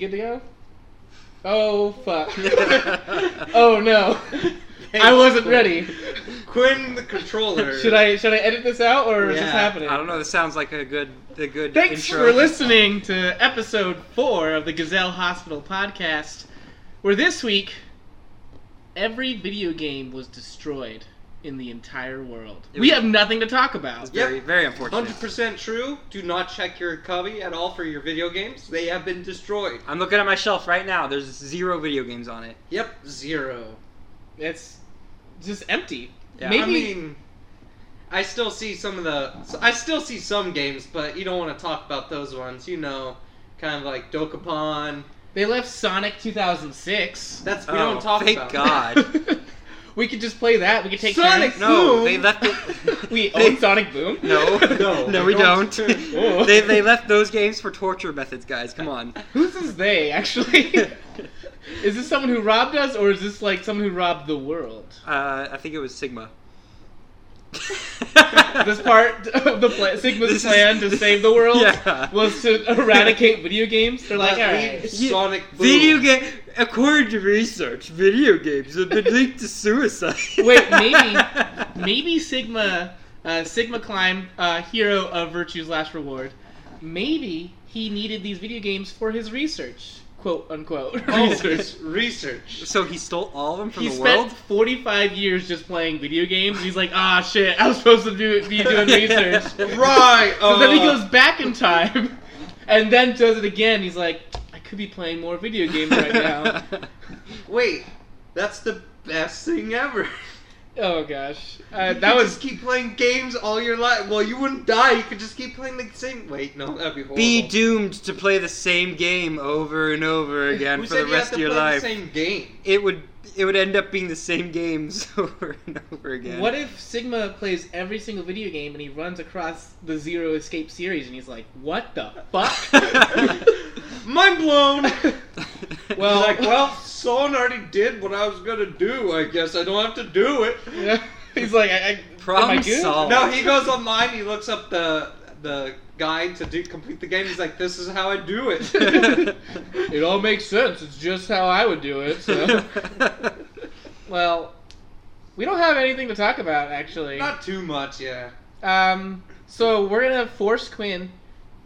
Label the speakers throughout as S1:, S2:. S1: Good to go? Oh fuck. oh no. I wasn't ready.
S2: Quinn the controller.
S1: Should I should I edit this out or is this
S2: Yeah,
S1: happening?
S2: I don't know. This sounds like a good a good.
S1: Thanks
S2: intro.
S1: for listening to episode four of the Gazelle Hospital podcast, where this week every video game was destroyed in the entire world.
S2: It
S1: we
S2: was-
S1: have nothing to talk about.
S2: Very
S3: Yep.
S2: very unfortunate.
S3: Hundred percent true. Do not check your cubby at all for your video games. They have been destroyed.
S2: I'm looking at my shelf right now. There's zero video games on it.
S3: Yep, zero.
S1: It's just empty.
S2: Yeah.
S1: Maybe
S3: I mean, I still see some of the. I still see some games, but you don't want to talk about those ones. You know, kind of like Dokapon.
S1: they left Sonic 2006.
S3: That's we
S2: Oh,
S3: don't talk
S2: thank
S3: about.
S2: God.
S1: we could just play that. We could take
S3: Sonic
S1: turns.
S2: No,
S3: Boom.
S2: they left it.
S1: We
S2: they,
S1: own oh, Sonic Boom.
S2: No,
S3: No,
S2: no,
S3: we
S2: we don't.
S3: don't.
S1: Oh.
S2: they they left those games for torture methods, guys. Come on.
S1: Who's this they actually? is this someone who robbed us, or is this like someone who robbed the world?
S2: Uh, I think it was Sigma.
S1: This part of the plan, Sigma's
S2: This is-
S1: plan to save the world
S2: Yeah. Uh,
S1: was to eradicate video games. They're like,
S3: Like,
S1: all right.
S2: Yeah.
S3: Sonic Boom.
S2: Video game. According to research, video games have been linked to suicide.
S1: Wait, maybe, maybe Sigma, uh, Sigma Climb, uh, hero of virtue's last reward. Maybe he needed these video games for his research, quote unquote.
S3: Oh,
S1: research.
S3: it's research.
S2: So he stole all of them from
S1: he
S2: the
S1: spent
S2: world.
S1: 45 years just playing video games. and He's like, ah, shit, I was supposed to do, be doing research.
S3: Right.
S1: So then he
S3: uh,
S1: goes back in time, and then does it again. He's like, I could be playing more video games right now.
S3: Wait, that's the best thing ever.
S1: oh gosh, uh, that
S3: You could
S1: was
S3: just keep playing games all your life. Well, you wouldn't die. You could just keep playing the same. Wait, no, that'd be horrible.
S2: Be doomed to play the same game over and over again
S3: Who
S2: for
S3: said
S2: the
S3: you have
S2: rest
S3: to
S2: of your
S3: play the
S2: life.
S3: same game.
S2: It would it would end up being the same games over and over again.
S1: What if Sigma plays every single video game and he runs across the Zero Escape series and he's like, what the fuck?
S3: Mind blown.
S1: Well-
S3: well, like, well, Son already did what I was gonna do. I guess I don't have to do it.
S1: Yeah. He's like, I, I, am I
S2: Problem
S1: good?
S2: solved.
S3: No, he goes online. He looks up the the guide to do, complete the game. He's like, this is how I do it.
S1: It all makes sense. It's just how I would do it. So. well, we don't have anything to talk about actually.
S3: Not too much, yeah.
S1: Um, so we're gonna force Quinn.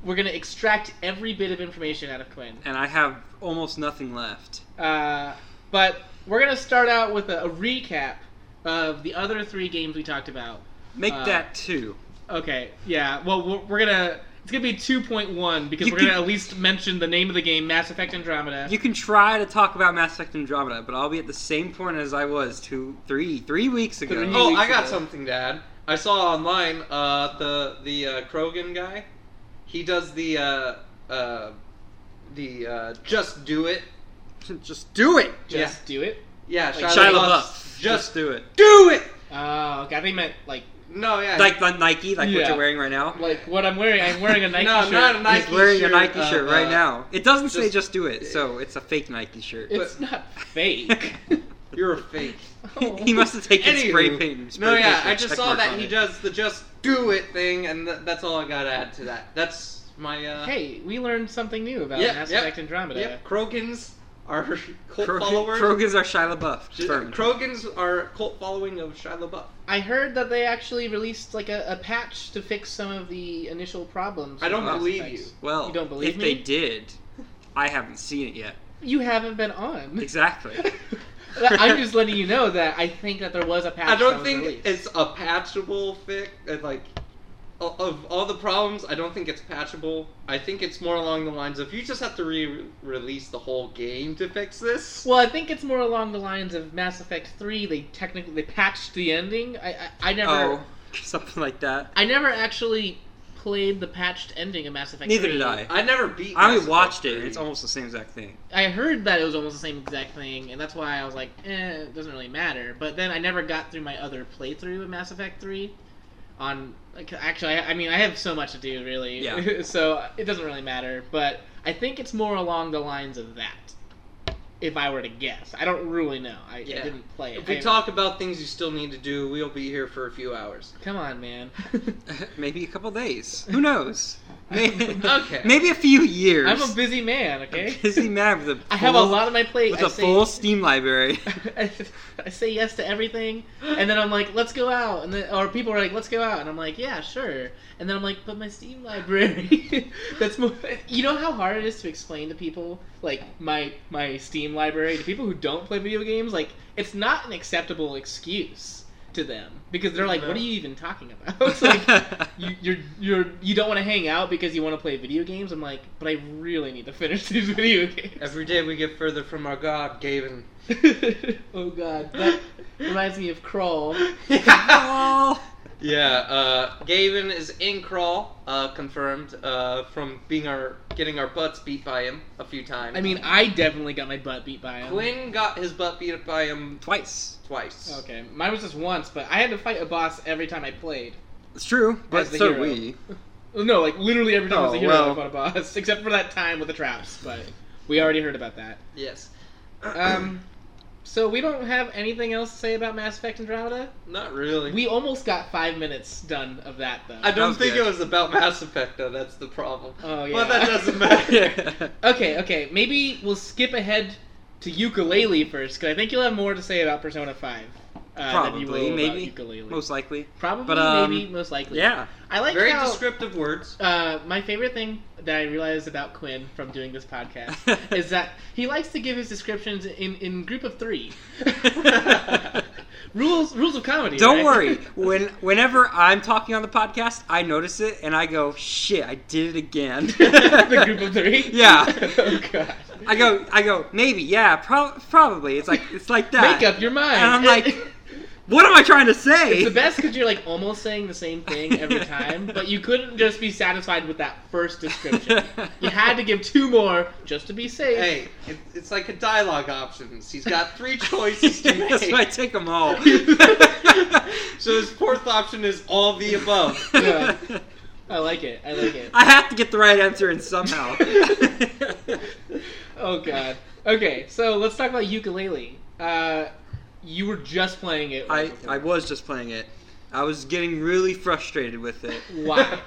S1: We're gonna extract every bit of information out of Quinn.
S2: and I have almost nothing left.
S1: Uh, but we're gonna start out with a, a recap of the other three games we talked about.
S2: Make
S1: Uh,
S2: that two.
S1: Okay, yeah. Well, we're, we're gonna. It's gonna be 2.1 because
S2: You
S1: we're
S2: can-
S1: gonna at least mention the name of the game, Mass Effect Andromeda.
S2: You can try to talk about Mass Effect Andromeda, but I'll be at the same point as I was two, three, three weeks ago.
S1: Three.
S3: Oh,
S1: weeks
S3: I got
S1: ago.
S3: something to add. I saw online uh, the the uh, Krogan guy. He does the uh, uh, the uh, just do it.
S2: Just do it.
S1: Just do it.
S3: Yeah,
S1: Like
S3: Shia,
S2: Shia
S3: LaBeouf.
S2: LaBeouf. Just
S3: Just
S2: do it.
S3: do it.
S1: Oh, God, they meant like
S3: No, yeah.
S2: Like the Nike, like what
S1: Yeah.
S2: you're wearing right now.
S1: like what I'm wearing. I'm wearing a Nike
S3: no,
S1: shirt.
S3: not a Nike.
S2: He's wearing
S3: shirt,
S2: a Nike
S3: uh,
S2: shirt right
S3: uh,
S2: now. It doesn't say
S3: just-
S2: just do it, so it's a fake Nike shirt.
S1: It's not fake. Oh.
S3: You're a fake.
S2: he must have taken spray
S3: Anywho.
S2: paint. and Spray
S3: No, yeah.
S2: painted
S3: I
S2: a
S3: just
S2: check
S3: saw
S2: mark
S3: that
S2: on
S3: he
S2: it.
S3: does the just do it thing, and th- that's all I got to add to that. That's my. Uh,
S1: Hey, we learned something new
S2: uh,
S1: about
S3: Yeah,
S1: Mass
S3: yep,
S1: Effect Andromeda.
S3: Yep. Krogans are cult
S2: Krogan,
S3: followers. uh,
S2: Krogan's our Shia LaBeouf.
S3: Sh-
S2: Confirmed.
S3: Krogans are cult following of Shia LaBeouf.
S1: I heard that they actually released like a, a patch to fix some of the initial problems.
S3: I don't
S1: with Mass
S3: believe
S1: Effects.
S2: Well,
S1: You don't believe
S2: if
S1: me?
S2: they did, I haven't seen it yet.
S1: You haven't been on.
S2: Exactly.
S1: I'm just letting you know that I think that there was a patch.
S3: I
S1: that
S3: don't
S1: was
S3: think
S1: released.
S3: it's a patchable fix. and, Like, o- of all the problems, I don't think it's patchable. I think it's more along the lines of you just have to re-release the whole game to fix this.
S1: Well, I think it's more along the lines of Mass Effect Three. They technically they patched the ending. I I, I never
S2: oh, something like that.
S1: I never actually played the patched ending of Mass Effect.
S2: Neither
S1: 3.
S2: did I.
S3: I never beat.
S2: I
S3: Mass
S2: only
S3: Effect
S2: watched it, and
S3: 3.
S2: it's almost the same exact thing.
S1: I heard that it was almost the same exact thing, and that's why I was like, eh, it doesn't really matter. But then I never got through my other playthrough of Mass Effect 3. On like, actually, I, I mean, I have so much to do, really.
S2: Yeah.
S1: so it doesn't really matter. But I think it's more along the lines of that. if I were to guess. I don't really know. I, I
S3: Yeah.
S1: didn't play it.
S3: If we
S1: I-
S3: talk about things you still need to do, we'll be here for a few hours.
S1: Come on, man.
S2: Maybe a couple days. Who knows? Maybe,
S3: Okay.
S2: maybe a few years.
S1: I'm a busy man, okay?
S2: busy man with a
S1: I have a
S2: full-
S1: lot on my plate.
S2: with
S1: I
S2: a
S1: say,
S2: full Steam library.
S1: I say yes to everything, and then I'm like, "Let's go out," and then or people are like, "Let's go out," and I'm like, "Yeah, sure," and then I'm like, "But my Steam library." That's more. You know how hard it is to explain to people like my my Steam library to people who don't play video games. Like, it's not an acceptable excuse to them because they're like, "What are you even talking about?" It's like, you, you're you're you don't want to hang out because you want to play video games. I'm like, but I really need to finish these video games.
S3: Every day we get further from our God, Gavin.
S1: oh god, that reminds me of Crawl.
S2: Oh.
S3: Yeah, uh, Gavin is in crawl, uh, confirmed, uh, from being our getting our butts beat by him a few times.
S1: I mean, I definitely got my butt beat by him.
S3: Quinn got his butt beat by him
S2: Twice.
S3: twice.
S1: Okay, mine was just once, but I had to fight a boss every time I played.
S2: It's true, but
S1: As the
S2: so
S1: hero.
S2: we.
S1: No, like literally every time I was a
S2: Oh,
S1: hero, I
S2: well.
S1: fought a boss, except for that time with the traps. But we already heard about that.
S3: Yes.
S1: Um, so we don't have anything else to say about Mass Effect Andromeda.
S3: Not really.
S1: We almost got five minutes done of that though.
S3: I
S2: That
S3: don't
S2: was
S3: think
S2: good.
S3: it was about Mass Effect though. That's the problem.
S1: Oh, yeah.
S3: But that doesn't matter.
S1: Okay, okay. Maybe we'll skip ahead to ukulele first, because I think you'll have more to say about Persona Five. Uh, than you will
S2: Probably,
S1: about
S2: maybe.
S1: ukulele.
S2: Most likely.
S1: Probably,
S2: but, um,
S1: maybe, most likely.
S2: Yeah.
S1: I like
S3: Very
S1: how.
S3: descriptive words.
S1: uh, my favorite thing that I realized about Quinn from doing this podcast is that he likes to give his descriptions in, in group of three. rules rules of comedy. right?
S2: Don't worry. When whenever I'm talking on the podcast, I notice it and I go, "Shit, I did it again."
S1: the group of three.
S2: Yeah.
S1: oh god.
S2: I go, I go, maybe, yeah, prob probably. It's like it's like that.
S1: Make up your mind.
S2: And I'm like, what am I trying to say?
S1: It's the best because you're like almost saying the same thing every time, but you couldn't just be satisfied with that first description. You had to give two more just to be safe.
S3: Hey, it, it's like a dialogue options. He's got three choices to make.
S2: That's why I take them all.
S3: So his fourth option is all the above.
S1: Yeah. I like it. I like it.
S2: I have to get the right answer in somehow.
S1: Oh god. Okay, so let's talk about ukulele. Uh, you were just playing it. right
S2: I,
S1: before.
S2: I was just playing it. I was getting really frustrated with it.
S1: Why?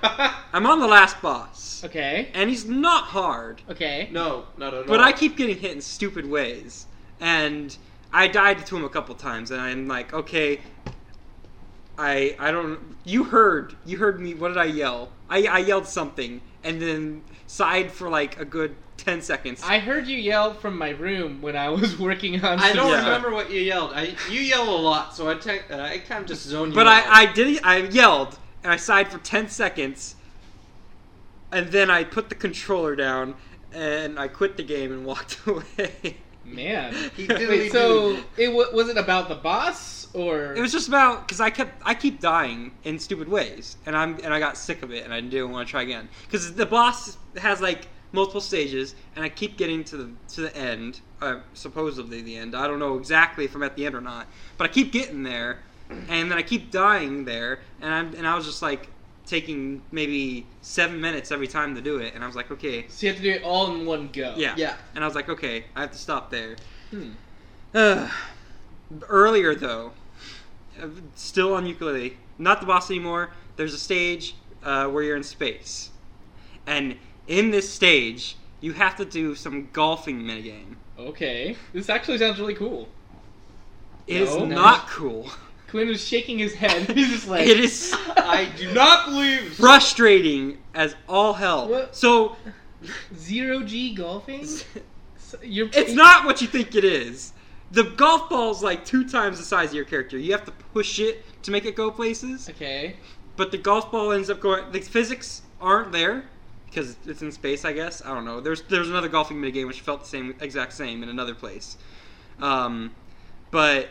S2: I'm on the last boss,
S1: Okay.
S2: and he's not hard,
S1: Okay.
S3: no, not at all.
S2: but I keep getting hit in stupid ways. And I died to him a couple times, and I'm like, okay, I I don't. You heard, you heard me. What did I yell? I I yelled something, and then sighed for like a good ten seconds.
S1: I heard you yell from my room when I was working on.
S3: I don't
S1: some-
S2: Yeah.
S3: remember what you yelled. I you yell a lot, so I te- uh, I kind of just zone you.
S2: But
S3: out.
S2: I, I did I yelled and I sighed for ten seconds, and then I put the controller down and I quit the game and walked away.
S1: Man.
S3: He
S2: Wait,
S3: diddly
S1: Wait, so
S3: doo.
S1: it wa was it about the boss or
S2: It was just about because I kept I keep dying in stupid ways, and I'm and I got sick of it, and I didn't want to try again because the boss has like multiple stages, and I keep getting to the to the end, uh, supposedly the end. I don't know exactly if I'm at the end or not, but I keep getting there, and then I keep dying there, and I'm and I was just like taking maybe seven minutes every time to do it, and I was like, okay,
S1: so you have to do it all in one go?
S2: yeah,
S3: Yeah.
S2: and I was like, okay, I have to stop there.
S1: Hmm.
S2: Ugh. Earlier though, uh, still on ukulele, not the boss anymore. There's a stage uh, where you're in space, and in this stage, you have to do some golfing minigame.
S1: Okay. This actually sounds really cool.
S2: It is
S1: No.
S2: not cool.
S1: Quinn is shaking his head. He's just like,
S2: It is
S3: I do not believe.
S2: frustrating as all hell.
S1: What?
S2: So
S1: zero G golfing. So You're
S2: it's not what you think it is. The golf ball's like two times the size of your character. You have to push it to make it go places.
S1: okay.
S2: but the golf ball ends up going. The physics aren't there because it's in space, I guess. I don't know. There's there's another golfing minigame which felt the same exact same in another place, um, but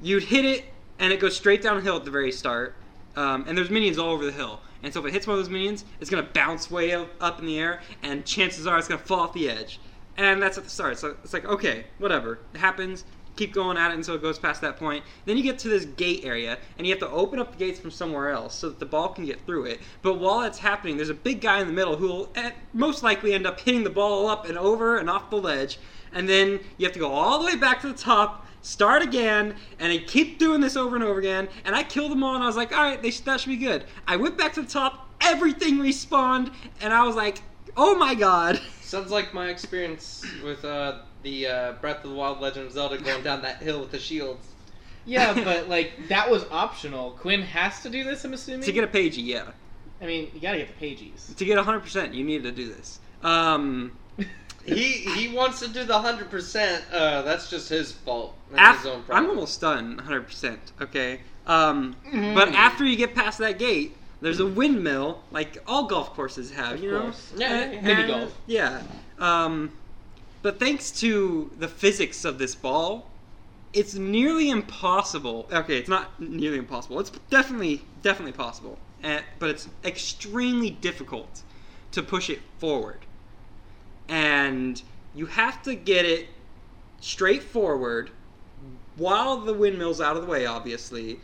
S2: you'd hit it and it goes straight downhill at the very start, um, and there's minions all over the hill. And so if it hits one of those minions, it's gonna bounce way up, up in the air, and chances are it's gonna fall off the edge. And that's at the start. So it's like okay, whatever. It happens. keep going at it until it goes past that point. Then you get to this gate area, and you have to open up the gates from somewhere else so that the ball can get through it. But while that's happening, there's a big guy in the middle who will eh, most likely end up hitting the ball up and over and off the ledge. And then you have to go all the way back to the top, start again, and I keep doing this over and over again. And I killed them all, and I was like, all right, they, that should be good. I went back to the top, everything respawned, and I was like, oh my god.
S3: Sounds like my experience with uh, the uh, Breath of the Wild Legend of Zelda going down that hill with the shields.
S1: Yeah, but like that was optional. Quinn has to do this. I'm assuming.
S2: to get a pagey, yeah.
S1: I mean, you gotta get the pages.
S2: To get 100%, you need to do this. Um,
S3: He he wants to do the hundred percent. Uh, that's just his fault. That's
S2: af-
S3: his own problem.
S2: I'm almost done, 100%, okay? Um,
S1: Mhm.
S2: But after you get past that gate, there's a windmill, like all golf courses have,
S1: Of
S2: you know?
S1: course.
S3: Yeah,
S2: And-
S3: yeah,
S1: mini
S2: and-
S1: golf.
S2: Yeah. Um, but thanks to the physics of this ball, it's nearly impossible. Okay, it's not nearly impossible. It's definitely, definitely possible. And, but it's extremely difficult to push it forward. And you have to get it straight forward while the windmill's out of the way, obviously.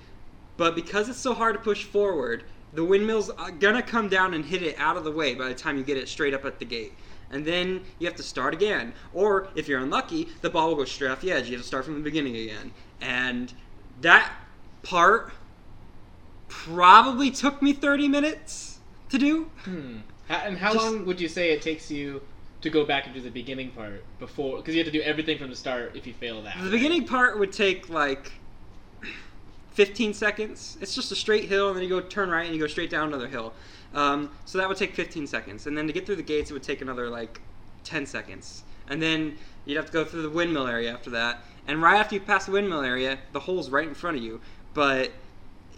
S2: But because it's so hard to push forward, the windmill's uh, gonna come down and hit it out of the way by the time you get it straight up at the gate. And then you have to start again. Or if you're unlucky, the ball will go straight off the edge. You have to start from the beginning again. And that part probably took me 30 minutes to do.
S1: Hmm. How, and how
S2: Just-
S1: long would you say it takes you to go back and do the beginning part before? Because you have to do everything from the start if you fail that.
S2: The
S1: right?
S2: beginning part would take like 15 seconds. It's just a straight hill, and then you go turn right and you go straight down another hill. Um, so that would take 15 seconds. And then to get through the gates, it would take another like 10 seconds. And then you'd have to go through the windmill area after that. And right after you pass the windmill area, the hole's right in front of you. But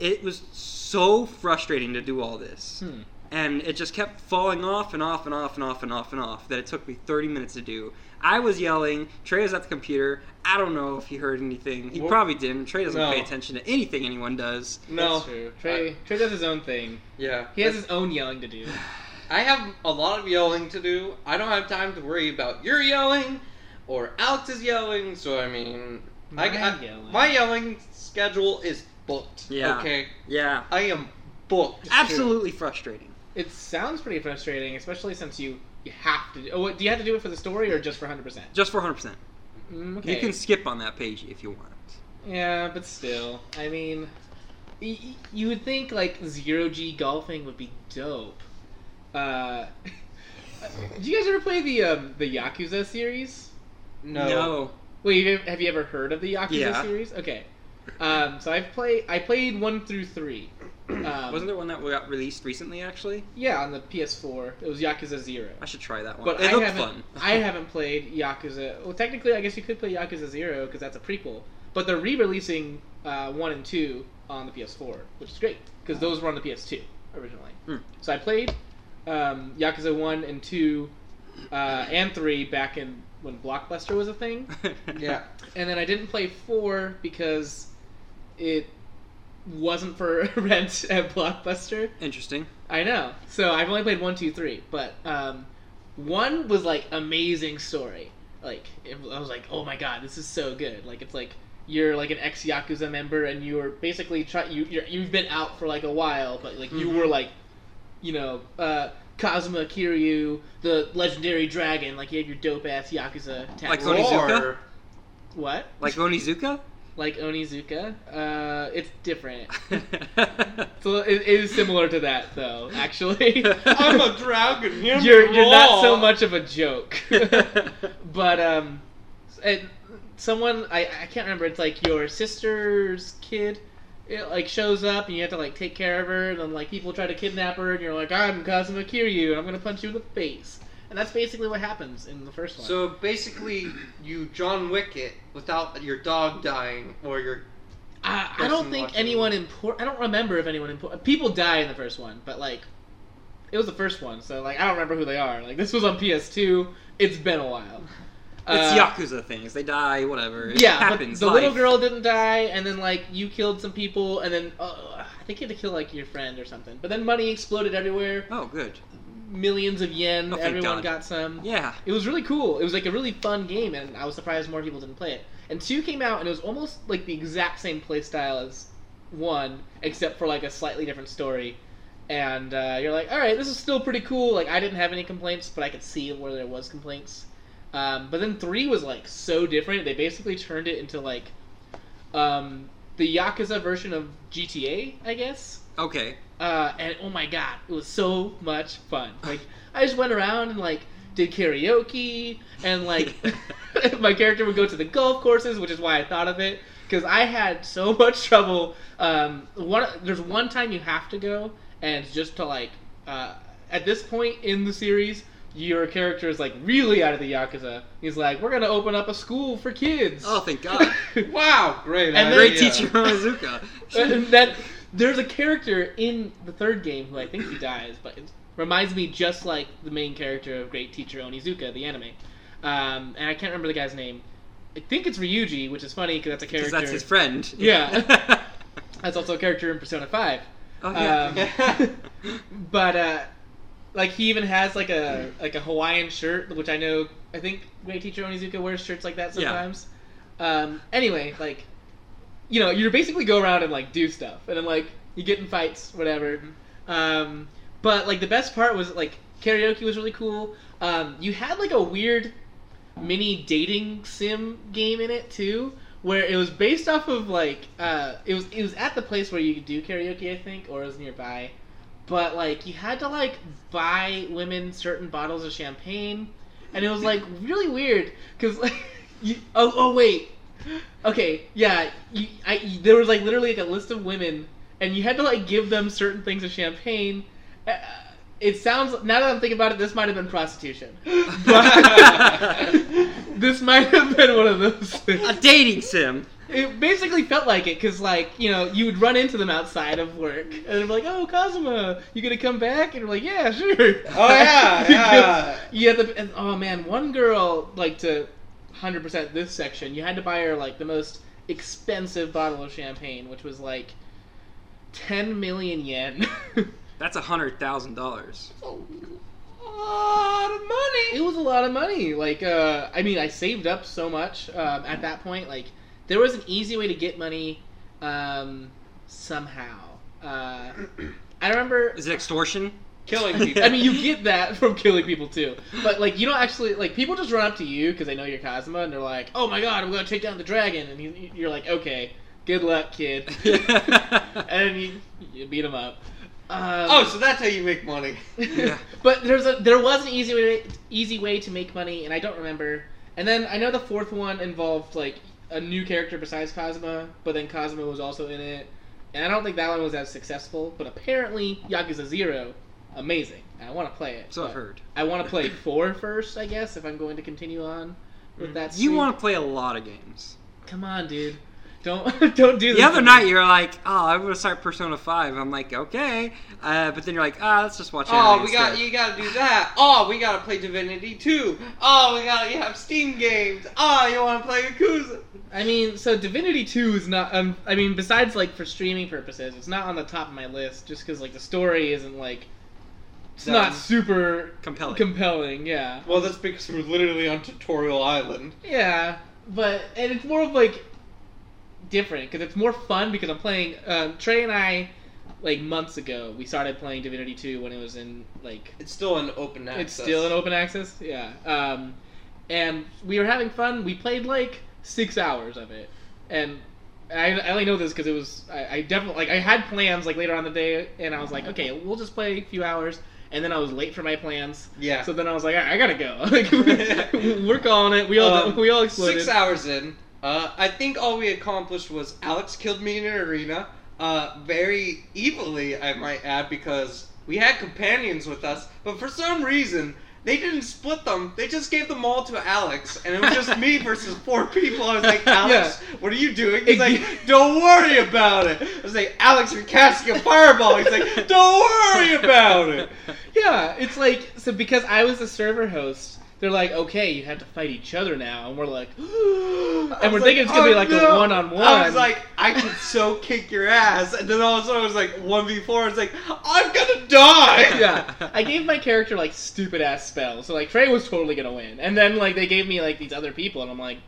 S2: it was so frustrating to do all this.
S1: Hmm.
S2: And it just kept falling off and off and off and off and off and off that it took me 30 minutes to do. I was yelling. Trey was at the computer. I don't know if he heard anything. He
S3: Wha-
S2: probably didn't. Trey doesn't
S3: No.
S2: pay attention to anything anyone does.
S3: no.
S1: That's true. Trey, Trey does his own thing.
S3: Yeah,
S1: He has his own yelling to do.
S3: I have a lot of yelling to do. I don't have time to worry about your yelling or Alex's yelling. So I mean, I,
S1: My
S3: I-
S1: yelling.
S3: my yelling schedule is booked.
S2: Yeah.
S3: Okay,
S2: Yeah.
S3: I am booked.
S1: It's true.
S2: Absolutely frustrating.
S1: It sounds pretty frustrating, especially since you you have to. Do, oh, what- do you have to do it for the story or just for hundred percent?
S2: Just for 100%.
S1: Mm,
S2: You
S1: okay.
S2: can skip on that page if you want.
S1: Yeah, but still, I mean, y- y- you would think like zero G golfing would be dope. Uh, did you guys ever play the um, the Yakuza series?
S3: No.
S1: Well, you, have you ever heard of the Yakuza
S2: Yeah.
S1: series? Okay. Um, so I've played. I played one through three. Um,
S2: Wasn't there one that got released recently, actually?
S1: Yeah, on the PS4, it was Yakuza Zero.
S2: I should try that one.
S1: But
S2: it
S1: I
S2: looked
S1: haven't.
S2: fun.
S1: I haven't played Yakuza. Well, technically, I guess you could play Yakuza Zero because that's a prequel. But they're re-releasing uh, one and two on the PS4, which is great because those were on the PS2 originally.
S2: Hmm.
S1: So I played um, Yakuza one and two uh, and three back in when Blockbuster was a thing.
S2: Hmm.
S3: Yeah.
S1: and then I didn't play four because it wasn't for rent at Blockbuster.
S2: Interesting.
S1: I know. So I've only played one, two, three, but um, one was like amazing story. Like it, I was like, oh my god, this is so good. Like it's like you're like an ex Yakuza member, and you were basically try you you're, you've been out for like a while, but like you
S2: Mhm.
S1: were like, you know, uh, Kazuma Kiryu, the legendary dragon. Like you had your dope ass Yakuza tattoo.
S2: Like
S3: Or-
S2: Onizuka?
S1: what?
S2: Like Onizuka?
S1: Like Onizuka? Uh, it's different. So it, it is similar to that though, actually. Um,
S3: I'm a dragon. You're,
S1: you're you're not so
S3: raw.
S1: much of a joke. but um, and someone I I can't remember. It's like your sister's kid. It like shows up and you have to like take care of her. And then like people try to kidnap her, and you're like, I'm Kazuma Kiryu, and I'm gonna punch you in the face. And that's basically what happens in the first one.
S3: So basically, you John Wick it without your dog dying or your.
S1: I, I
S3: Yes,
S1: don't
S3: I'm
S1: think
S3: watching.
S1: anyone important. I don't remember if anyone important. People die in the first one, but like, it was the first one, so like I don't remember who they are. Like this was on PS2. It's been a while.
S2: It's
S1: Uh,
S2: Yakuza things. They die, whatever. It
S1: yeah,
S2: happens.
S1: But the little
S2: life.
S1: girl didn't die, and then like you killed some people, and then uh, I think you had to kill like your friend or something. But then money exploded everywhere.
S2: Oh, good.
S1: millions of yen.
S2: Oh, thank
S1: Everyone
S2: God.
S1: got some.
S2: Yeah.
S1: It was really cool. It was like a really fun game, and I was surprised more people didn't play it. And two came out, and it was almost like the exact same play style as one, except for like a slightly different story. And uh, you're like, all right, this is still pretty cool. Like I didn't have any complaints, but I could see where there was complaints. Um, but then three was like so different. They basically turned it into like um, the Yakuza version of GTA, I guess
S2: Okay.
S1: uh, and oh my god, it was so much fun. Like I just went around and like did karaoke, and like my character would go to the golf courses, which is why I thought of it because I had so much trouble. Um, one there's one time you have to go, and it's just to like uh, at this point in the series. Your character is like really out of the yakuza. He's like, "We're gonna open up a school for kids."
S2: Oh, thank God.
S3: Wow, great.
S1: And then-
S2: Great
S3: idea.
S2: teacher Momozuka.
S1: and that there's a character in the third game who I think he dies, but it reminds me just like the main character of Great Teacher Onizuka, the anime. Um, and I can't remember the guy's name. I think it's Ryuji, which is funny because that's a character.
S2: Because that's his friend.
S1: Yeah. that's also a character in Persona Five.
S2: oh, yeah.
S1: Um, But uh, like he even has like a like a Hawaiian shirt, which I know I think Great Teacher Onizuka wears shirts like that
S2: Yeah.
S1: sometimes. Um, anyway, like you know, you basically go around and like do stuff, and then like you get in fights, whatever. Um, but like the best part was like karaoke was really cool. Um, you had like a weird mini dating sim game in it too, where it was based off of like uh, it was it was at the place where you could do karaoke, I think, or it was nearby. But like you had to like buy women certain bottles of champagne, and it was like really weird because like you, oh oh wait okay yeah you, I, you- there was like literally like a list of women and you had to like give them certain things of champagne. Uh, it sounds now that I'm thinking about it, this might have been prostitution. But this might have been one of those
S2: A
S1: things.
S2: dating sim.
S1: It basically felt like it because, like, you know, you would run into them outside of work, and they're like, "Oh, Cosima, you gonna come back?" And you're like, "Yeah, sure."
S3: Oh yeah, yeah.
S1: you had to, and, oh man, one girl like to, hundred percent this section. You had to buy her like the most expensive bottle of champagne, which was like ten million yen.
S2: That's a hundred thousand dollars.
S3: a lot of money.
S1: it was a lot of money. Like, uh, I mean, I saved up so much um, at that point. Like, there was an easy way to get money um, somehow. Uh, I remember.
S2: Is it extortion?
S3: Killing people.
S1: I mean, you get that from killing people too, but like you don't actually like people just run up to you because they know you're Cosma and they're like, "Oh my God, I'm gonna take down the dragon," and you, you're like, "Okay, good luck, kid,"
S2: yeah.
S1: and you, you beat him up. Um,
S3: oh, so that's how you make money.
S2: Yeah.
S1: but there's a there was an easy way easy way to make money, and I don't remember. And then I know the fourth one involved like a new character besides Cosma, but then Cosma was also in it, and I don't think that one was as successful. But apparently, Yakuza Zero, amazing. And I want to play it.
S2: So I've
S1: but
S2: heard.
S1: I want to play four first, I guess, if I'm going to continue on with that.
S2: Mm. You
S1: streak.
S2: want to play a lot of games.
S1: Come on, dude. Don't don't do this.
S2: The other
S1: to me.
S2: night, you're like, "Oh, I'm gonna start Persona 5. I'm like, "Okay," uh, but then you're like, "Ah, let's just watch."
S3: Oh,
S2: anime
S3: we got
S2: instead."
S3: you. Got to do that. Oh, we got to play Divinity 2. Oh, we got to have Steam games. Oh, you want to play Yakuza?
S1: I mean, so Divinity Two is not. Um, I mean, besides like for streaming purposes, it's not on the top of my list just because like the story isn't like. It's
S3: That
S1: not
S3: was
S1: super
S2: compelling.
S1: compelling. Yeah.
S3: Well, that's because we're literally on Tutorial Island.
S1: Yeah, but and it's more of like different because it's more fun because I'm playing. Um, Trey and I, like months ago, we started playing Divinity Two when it was in like
S3: It's still an open access.
S1: It's still an open access, yeah. Um, and we were having fun. We played like six hours of it, and I, I only know this because it was I, I definitely like I had plans like later on in the day, and I was like, okay, we'll just play a few hours, and then I was late for my plans.
S3: Yeah.
S1: So then I was like, I, I gotta go. Like, we're calling it. We all
S3: Um,
S1: we all exploded.
S3: Six hours in, uh, I think all we accomplished was Alex killed me in an arena, uh, very evilly, I might add, because we had companions with us, but for some reason they didn't split them. They just gave them all to Alex, and it was just me versus four people. I was like, Alex, what are you doing? He's
S1: It-
S3: like, don't worry about it. I was like, Alex, you're casting a fireball. He's like, don't worry about it.
S1: Yeah, it's like so because I was the server host. they're like, okay, you have to fight each other now, and we're like,
S3: I
S1: And we're
S3: was "Oh,
S1: thinking it's gonna be like a
S3: no."
S1: one-on-one.
S3: I was like, I could so kick your ass, and then all of a sudden I was like one v four. I was like, I'm gonna die.
S1: yeah. I gave my character like stupid ass spells, so like Trey was totally gonna win, and then like they gave me like these other people, and I'm like,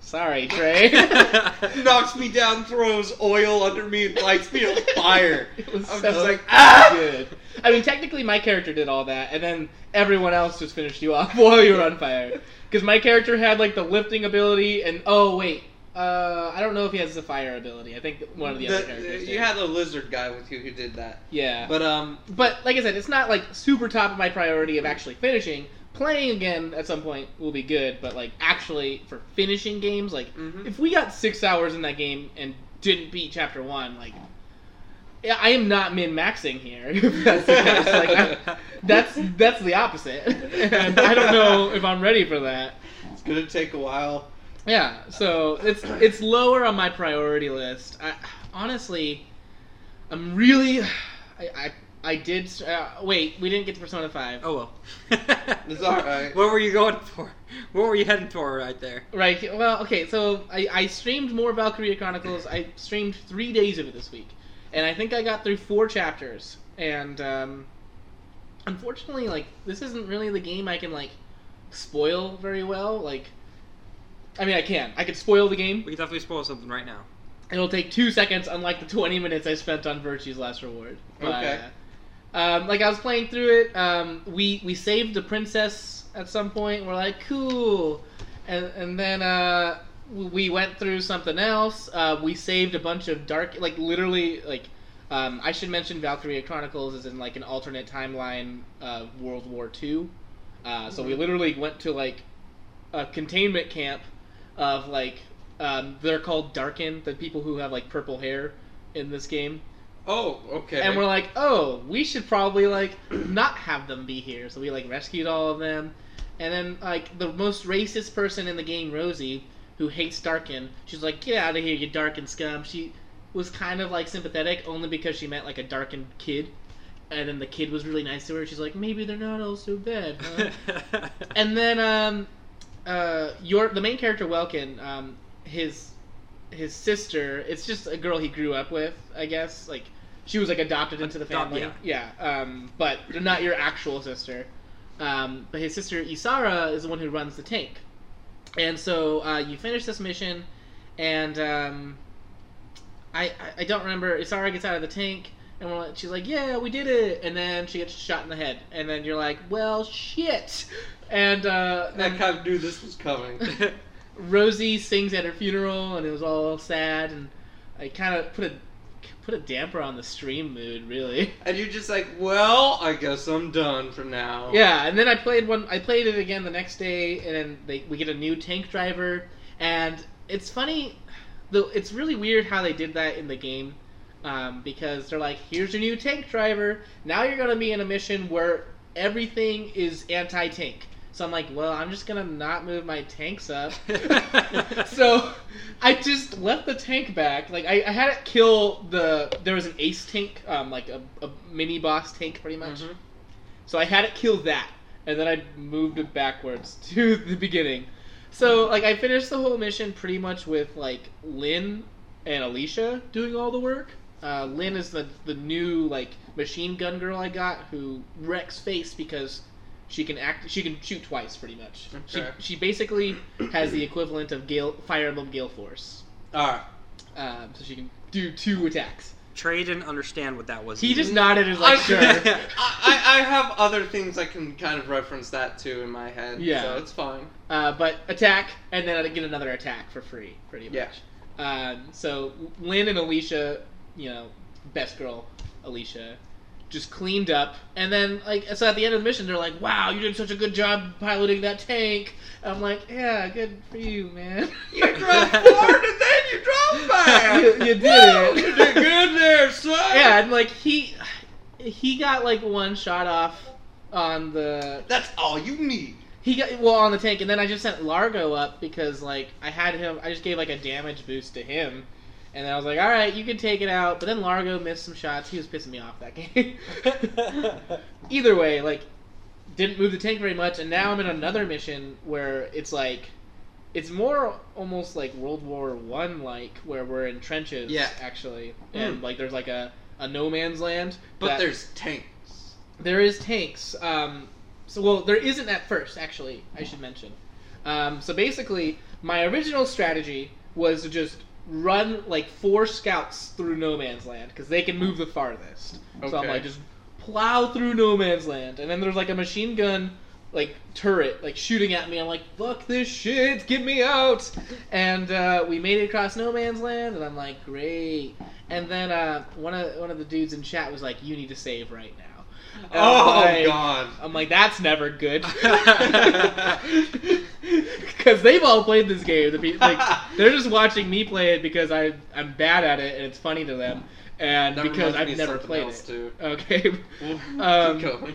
S1: sorry, Trey.
S3: Knocks me down, throws oil under me, and lights me on fire.
S1: It was
S3: I'm
S1: so
S3: just like, ah.
S1: good. I mean, technically, my character did all that, and then everyone else just finished you off while you were on fire. Because my character had like the lifting ability, and oh wait, uh, I don't know if he has the fire ability. I think one of the, other
S3: The-
S1: characters.
S3: you
S1: did.
S3: had a lizard guy with you who did that.
S1: yeah. But,
S3: But um,
S1: like I said, it's not like super top of my priority of actually finishing. Playing again at some point will be good, but like actually for finishing games, like
S2: Mm-hmm.
S3: mhm.
S1: if we got six hours in that game and didn't beat chapter one, like, yeah, I am not min maxing here. if that's the case. Like, I- that's that's the opposite, and I don't know if I'm ready for that.
S3: it's gonna take a while.
S1: Yeah, so it's it's lower on my priority list. I, honestly, I'm really, I I, I did. Uh, wait, we didn't get to Persona Five.
S2: Oh well.
S3: It's all right.
S2: What were you going for? What were you heading for right there?
S1: Right. Well, okay. So I, I streamed more Valkyria Chronicles. I streamed three days of it this week, and I think I got through four chapters. And um, unfortunately, like this isn't really the game I can like spoil very well. Like, I mean, I can. I could spoil the game.
S2: We can definitely spoil something right now.
S1: It'll take two seconds, unlike the 20 minutes I spent on Virtue's Last Reward.
S3: Okay.
S1: uh, um, like I was playing through it. Um, we we saved the princess at some point. We're like, cool, and and then uh, w- we went through something else. Uh, we saved a bunch of dark, like literally, like um, I should mention Valkyria Chronicles is in like an alternate timeline of World War II. Uh, so we literally went to like a containment camp of like um, they're called Darken, the people who have like purple hair in this game.
S3: Oh, okay.
S1: And we're like, oh, we should probably like not have them be here. So we like rescued all of them, and then like the most racist person in the game, Rosie, who hates Darken, she's like, get out of here, you Darken scum. She was kind of like sympathetic only because she met like a Darken kid, and then the kid was really nice to her. She's like, maybe they're not all so bad. Huh? and then um, uh, your the main character Welkin, um, his his sister. It's just a girl he grew up with, I guess. Like she was like adopted into the
S2: Adopt-
S1: family. yeah. Um, but they're not your actual sister. Um, but his sister Isara is the one who runs the tank. And so uh, you finish this mission, and um, I, I I don't remember. Isara gets out of the tank, and we're like, she's like, "Yeah, we did it!" And then she gets shot in the head, and then you're like, "Well, shit!" And uh,
S3: I
S1: then
S3: kind of knew this was coming.
S1: Rosie sings at her funeral, and it was all sad, and I kind of put a put a damper on the stream mood, really.
S3: And you're just like, well, I guess I'm done for now.
S1: Yeah, and then I played one. I played it again the next day, and then they, we get a new tank driver, and it's funny. Though it's really weird how they did that in the game, um, because they're like, "Here's your new tank driver. Now you're gonna be in a mission where everything is anti-tank." So I'm like, "Well, I'm just gonna not move my tanks up." so I just left the tank back. Like I, I had it kill the. There was an ace tank, um, like a, a mini boss tank, pretty much.
S3: Mhm.
S1: So I had it kill that, and then I moved it backwards to the beginning. So like I finished the whole mission pretty much with like Lynn and Alicia doing all the work. Uh, Lynn is the the new like machine gun girl I got who wrecks face because she can act she can shoot twice pretty much.
S3: Okay.
S1: She she basically has the equivalent of Gale Fire Emblem Gale Force.
S3: All right.
S1: Um, so she can do two attacks.
S2: Trey didn't understand what that was.
S1: He
S2: either.
S1: just nodded and was like
S3: Mm. I-
S1: sure.
S3: I, I, I have other things I can kind of reference that to in my head.
S1: Yeah.
S3: So it's fine.
S1: Uh, but attack, and then I get another attack for free, pretty much.
S3: Yeah.
S1: Um, so Lynn and Alicia, you know, best girl, Alicia, just cleaned up, and then like so at the end of the mission they're like, "Wow, you did such a good job piloting that tank." I'm like, "Yeah, good for you, man.
S3: You drove forward and then you drove back.
S1: you, you did it.
S3: You did good there, son.
S1: Yeah, and like he he got like one shot off on the
S3: That's all you need.
S1: He got well on the tank, and then I just sent Largo up because like I had him. I just gave like a damage boost to him, and then I was like, "All right, you can take it out." But then Largo missed some shots. He was pissing me off that game. Either way, like didn't move the tank very much, and now I'm in another mission where it's like, it's more almost like World War One like, where we're in trenches.
S3: Yeah. Hmm.
S1: actually, and like there's like a, a no man's land,
S3: But
S1: that-
S3: there's tanks.
S1: there is tanks. Um, so well, there isn't at first. Actually, I should mention. Um, so basically, my original strategy was to just run like four scouts through no man's land because they can move the farthest. So I'm
S3: Okay.
S1: like just plow through no man's land, and then there's like a machine gun like turret like shooting at me. I'm like, fuck this shit, get me out! And uh, we made it across no man's land, and I'm like, great. And then uh, one of one of the dudes in chat was like, you need to save right now. And I'm
S3: Oh
S1: like-
S3: god.
S1: I'm like, that's never good. Because they've all played this game. The pe- like, they're just watching me play it because I I'm bad at it and it's funny to them, and
S3: That
S1: because
S3: reminds me
S1: I've
S3: of
S1: never
S3: something
S1: played
S3: else,
S1: it.
S3: Too.
S1: Okay. Um,
S3: Um, going.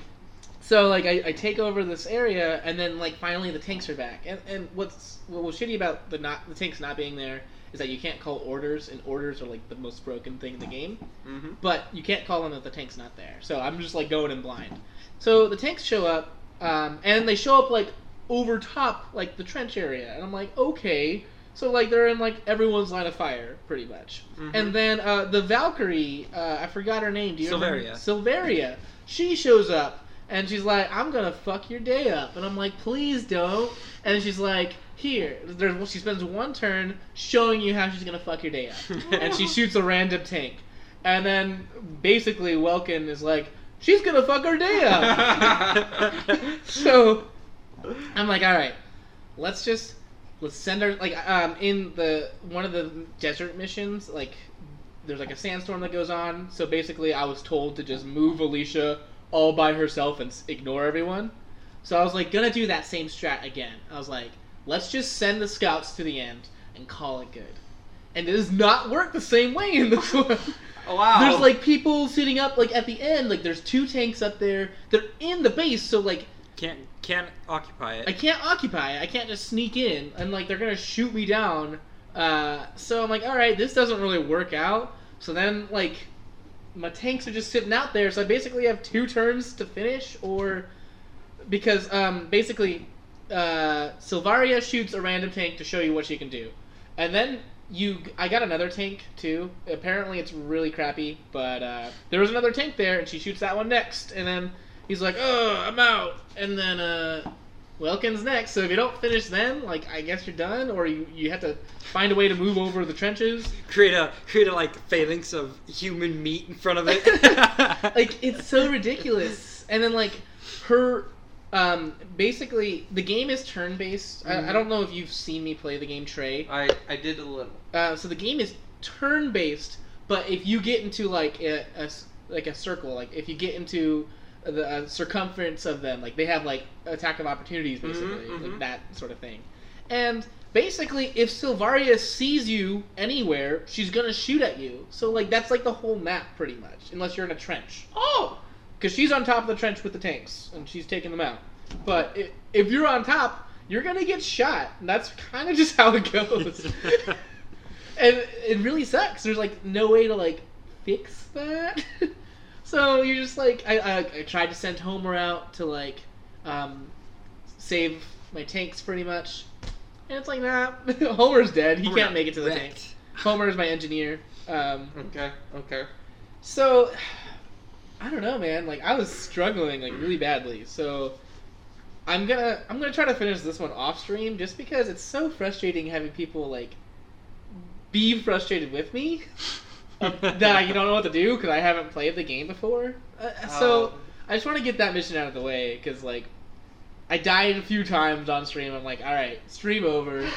S1: So like I, I take over this area and then like finally the tanks are back and and what's what was shitty about the not the tanks not being there is that you can't call orders and orders are like the most broken thing in the game
S3: Mm-hmm.
S1: but you can't call them if the tank's not there. So I'm just like going in blind. So the tanks show up, um, and they show up like over top like the trench area, and I'm like, okay. So like they're in like everyone's line of fire, pretty much.
S3: Mhm.
S1: And then uh, the Valkyrie, uh, I forgot her name. Do you remember?
S2: Silveria.
S1: Silveria. She shows up. And she's like, "I'm gonna fuck your day up," and I'm like, "Please don't." And she's like, "Here." There's, she spends one turn showing you how she's gonna fuck your day up and she shoots a random tank. And then basically Welkin is like, she's gonna fuck her day up. so I'm like, all right, let's just let's send her like um in the one of the desert missions like there's like a sandstorm that goes on. So basically, I was told to just move Alicia all by herself and s- ignore everyone. So I was like, gonna do that same strat again. I was like, let's just send the scouts to the end and call it good. And it does not work the same way in this one.
S3: oh, Wow.
S1: There's like people sitting up like at the end, like there's two tanks up there. They're in the base, so like
S2: can't can't occupy it.
S1: I can't occupy it. I can't just sneak in and like they're gonna shoot me down. Uh, so I'm like, all right, this doesn't really work out. So then like my tanks are just sitting out there. So I basically have two turns to finish, or because um, basically uh, Silvaria shoots a random tank to show you what she can do, and then you I got another tank too. Apparently it's really crappy, but uh, there was another tank there, and she shoots that one next, and then he's like, oh, I'm out, and then. Uh, Welkin's next, so if you don't finish then, like I guess you're done, or you, you have to find a way to move over the trenches.
S2: create a create a like phalanx of human meat in front of it.
S1: Like it's so ridiculous. And then like her, um, basically the game is turn based. I, I don't know if you've seen me play the game Trey.
S3: I I did a little.
S1: Uh, so the game is turn based, but if you get into like a, a s- like a circle, like if you get into the uh, circumference of them, like they have like attack of opportunities, basically,
S3: mhm.
S1: like that sort of thing. And basically, if Silvaria sees you anywhere, she's gonna shoot at you. So like that's like the whole map pretty much, unless you're in a trench,
S3: Oh.
S1: because she's on top of the trench with the tanks and she's taking them out. But i if you're on top, you're gonna get shot. And that's kind of just how it goes. and it really sucks. There's like no way to like fix that. so you're just like I, I, I tried to send Homer out to like um, save my tanks pretty much, and it's like nah, Homer's dead. He can't make it to the tank.
S2: Wrecked.
S1: Homer is my engineer. Um,
S3: Okay. Okay.
S1: so I don't know, man. Like I was struggling like really badly. So I'm gonna I'm gonna try to finish this one off stream just because it's so frustrating having people like be frustrated with me that I don't know what to do because I haven't played the game before. Uh, so
S3: Um,
S1: I just want to get that mission out of the way because like I died a few times on stream. I'm like, all right, stream over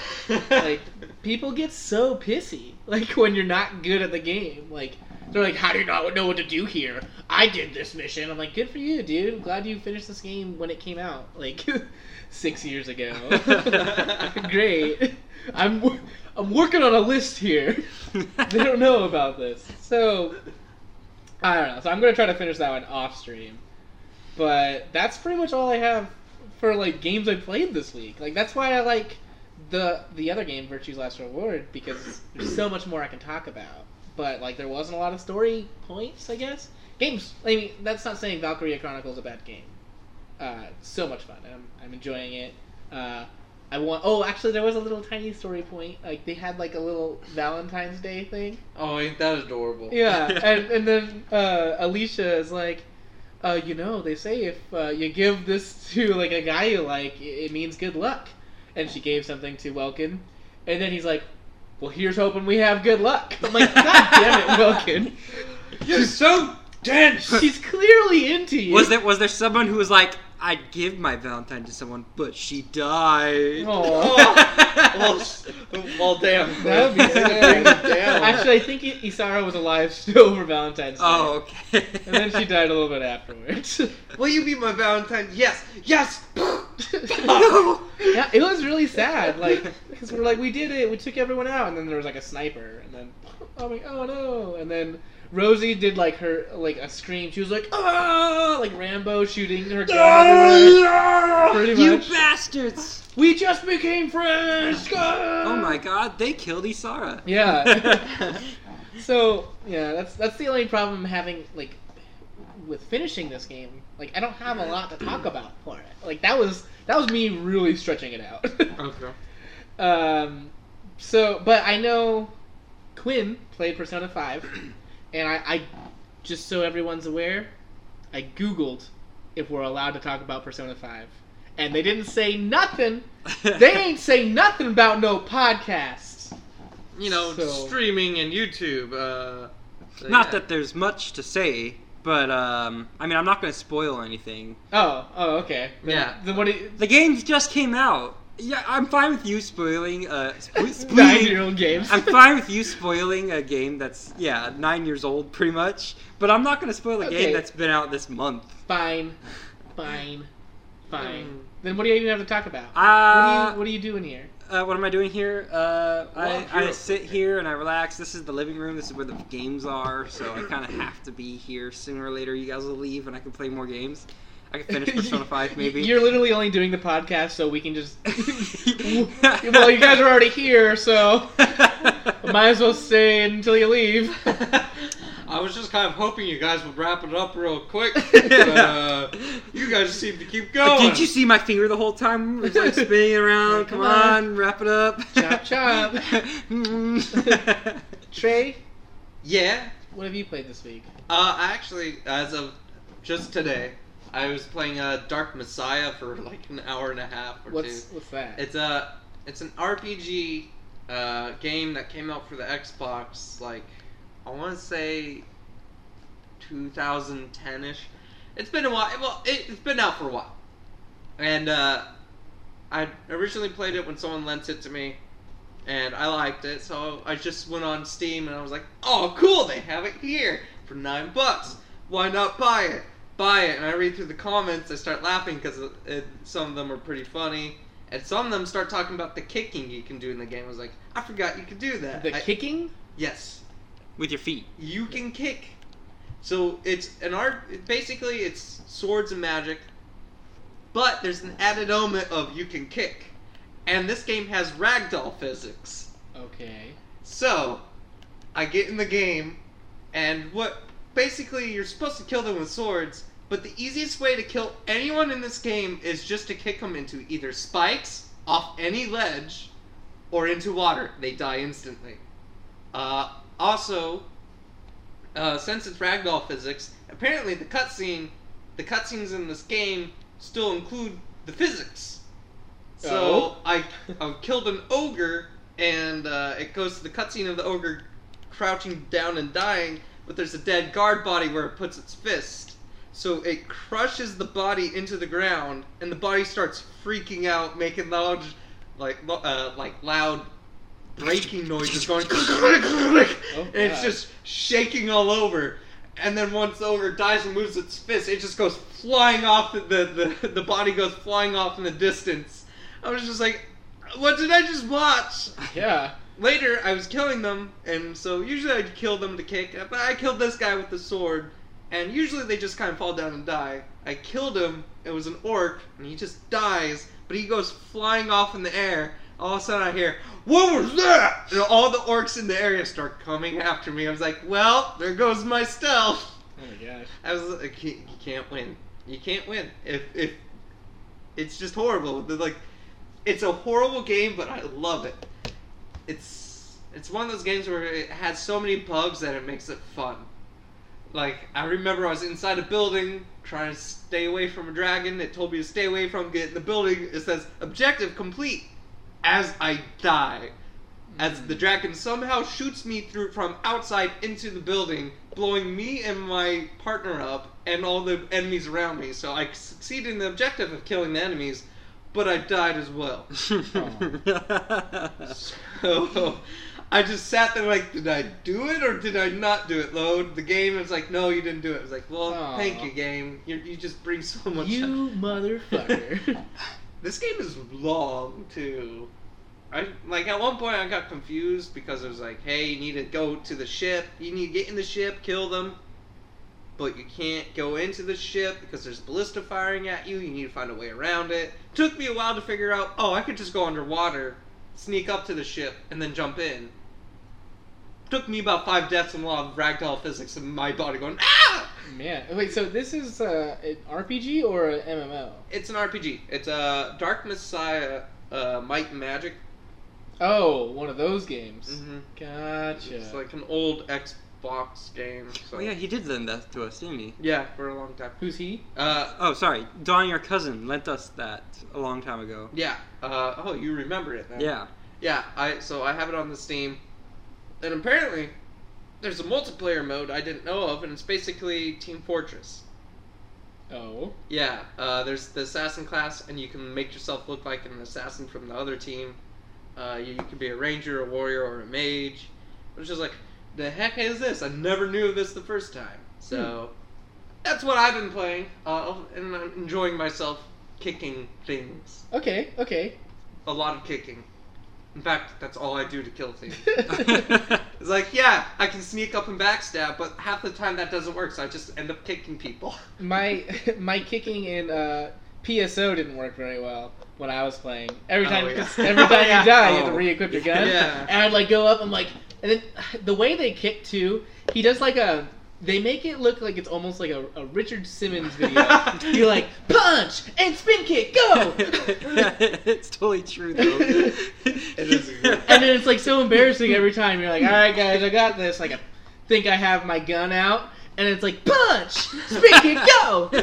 S1: like people get so pissy like when you're not good at the game like they're like how do you not know what to do here i did this mission i'm like good for you dude i'm glad you finished this game when it came out like six years ago great i'm wor- i'm working on a list here they don't know about this so i don't know so i'm gonna try to finish that one off stream but that's pretty much all i have for like games i played this week like that's why i like the the other game, Virtue's Last Reward, because there's so much more I can talk about. But like, there wasn't a lot of story points, I guess. Games. I mean, that's not saying Valkyria Chronicles is a bad game. uh, so much fun. I'm, I'm enjoying it. Uh, I want. Oh, actually, there was a little tiny story point. Like they had like a little Valentine's Day thing.
S3: Oh, ain't that adorable?
S1: Yeah, and and then uh, Alicia is like, uh, you know, they say if uh, you give this to like a guy you like, it, it means good luck. And she gave something to Welkin, and then he's like, well, here's hoping we have good luck. I'm like, god damn it, Welkin,
S3: You're so dense.
S1: she's clearly into you.
S2: Was there was there someone who was like, I'd give my Valentine to someone, but she died.
S1: Aw.
S3: well, s- well, damn.
S1: That would be
S3: Bring it down.
S1: Actually, I think I- Isara was alive still for Valentine's Day.
S2: Oh, okay.
S1: And then she died a little bit afterwards.
S3: will you be my Valentine? Yes, yes.
S2: No.
S1: yeah, it was really sad. Like, because we're like, we did it. We took everyone out, and then there was like a sniper, and then I'm like, oh no. And then Rosie did like her like a scream. She was like, ah, like Rambo shooting her gun. everywhere. Pretty
S2: you
S1: much.
S2: bastards!
S1: we just became friends.
S2: Oh my god, they killed Isara.
S1: Yeah. So yeah, that's that's the only problem having like with finishing this game. Like I don't have a lot to talk about for it. Like that was that was me really stretching it out.
S3: okay.
S1: um, so but I know Quinn played Persona Five, and I, I just so everyone's aware, I googled if we're allowed to talk about Persona Five, and they didn't say nothing. They ain't say nothing about no podcasts.
S3: You know,
S1: So-
S3: streaming and YouTube. Uh, so
S2: Not
S3: yeah.
S2: that there's much to say, but um, I mean, I'm not going to spoil anything.
S1: Oh, oh, okay. Then-
S3: Yeah.
S1: Then what? Do you,
S2: The game just came out. Yeah, I'm fine with you spoiling. Uh, spo- spoiling.
S1: nine-year-old games.
S2: I'm fine with you spoiling a game that's yeah nine years old, pretty much. But I'm not going to spoil a
S1: Okay.
S2: game that's been out this month.
S1: fine, fine, fine.
S3: Mm.
S1: Then what do you even have to talk about?
S2: Um, Uh,
S1: what, do you, what do you do in here?
S2: uh, what am I doing here? Uh, I,
S3: Walk
S2: I
S3: Europe.
S2: sit here and I relax. This is the living room. This is where the games are. So I kind of have to be here sooner or later. You guys will leave and I can play more games. I can finish Persona 5 maybe.
S1: You're literally only doing the podcast so we can just. well, you guys are already here, so might as well stay until you leave.
S3: I was just kind of hoping you guys would wrap it up real quick, but uh, you guys seem to keep going.
S2: Did you see my finger the whole time? It was like spinning around. Come,
S1: Come
S2: on.
S1: on.
S2: wrap it up.
S1: Chop, chop.
S2: Mm.
S1: Trey,
S3: Yeah.
S1: what have you played this week?
S3: Uh, actually, as of just today, I was playing uh, Dark Messiah for like an hour and a half or
S1: What's
S3: two.
S1: what's that?
S3: It's a it's an RPG uh, game that came out for the Xbox. Like I want to say 2010 ish. It's been a while. Well, it, it's been out for a while, and uh, I originally played it when someone lent it to me. And I liked it, so I just went on Steam and I was like, "Oh, cool! They have it here for nine bucks. Why not buy it? Buy it!" And I read through the comments. I start laughing because some of them are pretty funny, and some of them start talking about the kicking you can do in the game. I was like, "I forgot you could do that."
S1: the
S3: I-
S1: kicking?
S3: Yes
S2: With your feet.
S3: you can kick. So it's an art. Basically, it's swords and magic, but there's an added element of you can kick, and this game has ragdoll physics.
S1: Okay.
S3: So, I get in the game, and what? Basically, you're supposed to kill them with swords, but the easiest way to kill anyone in this game is just to kick them into either spikes off any ledge, or into water. They die instantly. Uh, also, uh, since it's ragdoll physics, apparently the cutscene, the cutscenes in this game still include the physics. So
S1: Oh.
S3: I, I killed an ogre, and uh, it goes to the cutscene of the ogre crouching down and dying, but there's a dead guard body where it puts its fist. So it crushes the body into the ground, and the body starts freaking out, making loud, like lo- uh, like loud breaking noises going, and it's
S1: God.
S3: just shaking all over. And then once the ogre dies and moves its fist, it just goes flying off. The the, the, the body goes flying off in the distance. I was just like, what did I just watch?
S1: Yeah.
S3: Later, I was killing them, and so usually I'd kill them to kick, but I killed this guy with the sword, and usually they just kind of fall down and die. I killed him, it was an orc, and he just dies, but he goes flying off in the air. All of a sudden, I hear, What was that? And all the orcs in the area start coming after me. I was like, Well, there goes my stealth.
S1: Oh my gosh.
S3: I was like, you you can't win. You can't win. If if It's just horrible. They're like, it's a horrible game, but I love it. It's it's one of those games where it has so many bugs that it makes it fun. Like I remember, I was inside a building trying to stay away from a dragon. It told me to stay away from get in the building. It says objective complete. As I die, as the dragon somehow shoots me through from outside into the building, blowing me and my partner up and all the enemies around me. So I succeeded in the objective of killing the enemies, but I died as well.
S2: Oh.
S3: so I just sat there like, did I do it or did I not do it? Load the game. It's like, no, you didn't do it. It's like, well,
S1: Aw.
S3: thank you, game. You, you just bring so much.
S1: You motherfucker.
S3: This game is long too. I like at one point I got confused because it was like, hey, you need to go to the ship. You need to get in the ship, kill them, but you can't go into the ship because there's ballista firing at you. You need to find a way around it. Took me a while to figure out. Oh, I could just go underwater, sneak up to the ship, and then jump in. Took me about five deaths in law of ragdoll physics and my body going ah.
S1: Man, wait. So this is uh, an RPG or an MMO?
S3: It's an RPG. It's a uh, Dark Messiah, uh, Might and Magic.
S1: Oh, one of those games.
S3: hmm
S1: Gotcha.
S3: It's like an old Xbox game. So.
S2: oh yeah, he did lend that to us, didn't he?
S3: Yeah, for a long time.
S1: Who's he?
S3: Uh,
S2: Oh, sorry, Don, your cousin, lent us that a long time ago.
S3: yeah. Uh, oh, you remember it now?
S2: Yeah.
S3: Yeah. I so I have it on the Steam, and apparently there's a multiplayer mode I didn't know of, and it's basically Team Fortress.
S1: Oh,
S3: Yeah. Uh, there's the assassin class, and you can make yourself look like an assassin from the other team. Uh, you, you can be a ranger, a warrior, or a mage. Which is like, the heck is this? I never knew of this the first time. So that's what I've been playing, uh, and I'm enjoying myself kicking things.
S1: okay, okay.
S3: A lot of kicking. In fact, that's all I do to kill things. It's like, yeah, I can sneak up and backstab, but half the time that doesn't work, so I just end up kicking people.
S1: my my kicking in uh, PSO didn't work very well when I was playing. Every
S3: Oh,
S1: time,
S3: yeah.
S1: 'cause every time
S3: Yeah.
S1: you die, you have to
S2: Oh.
S1: re-equip your gun.
S3: Yeah.
S1: And I'd like go up. I'm like, and then the way they kick too, he does like a. They make it look like it's almost like a, a Richard Simmons video. You're like punch and spin kick, go.
S2: it's totally true though.
S3: is a good-
S1: and then it's like so embarrassing every time. You're like, all right, guys, I got this. Like, I think I have my gun out, and it's like punch, spin kick, go.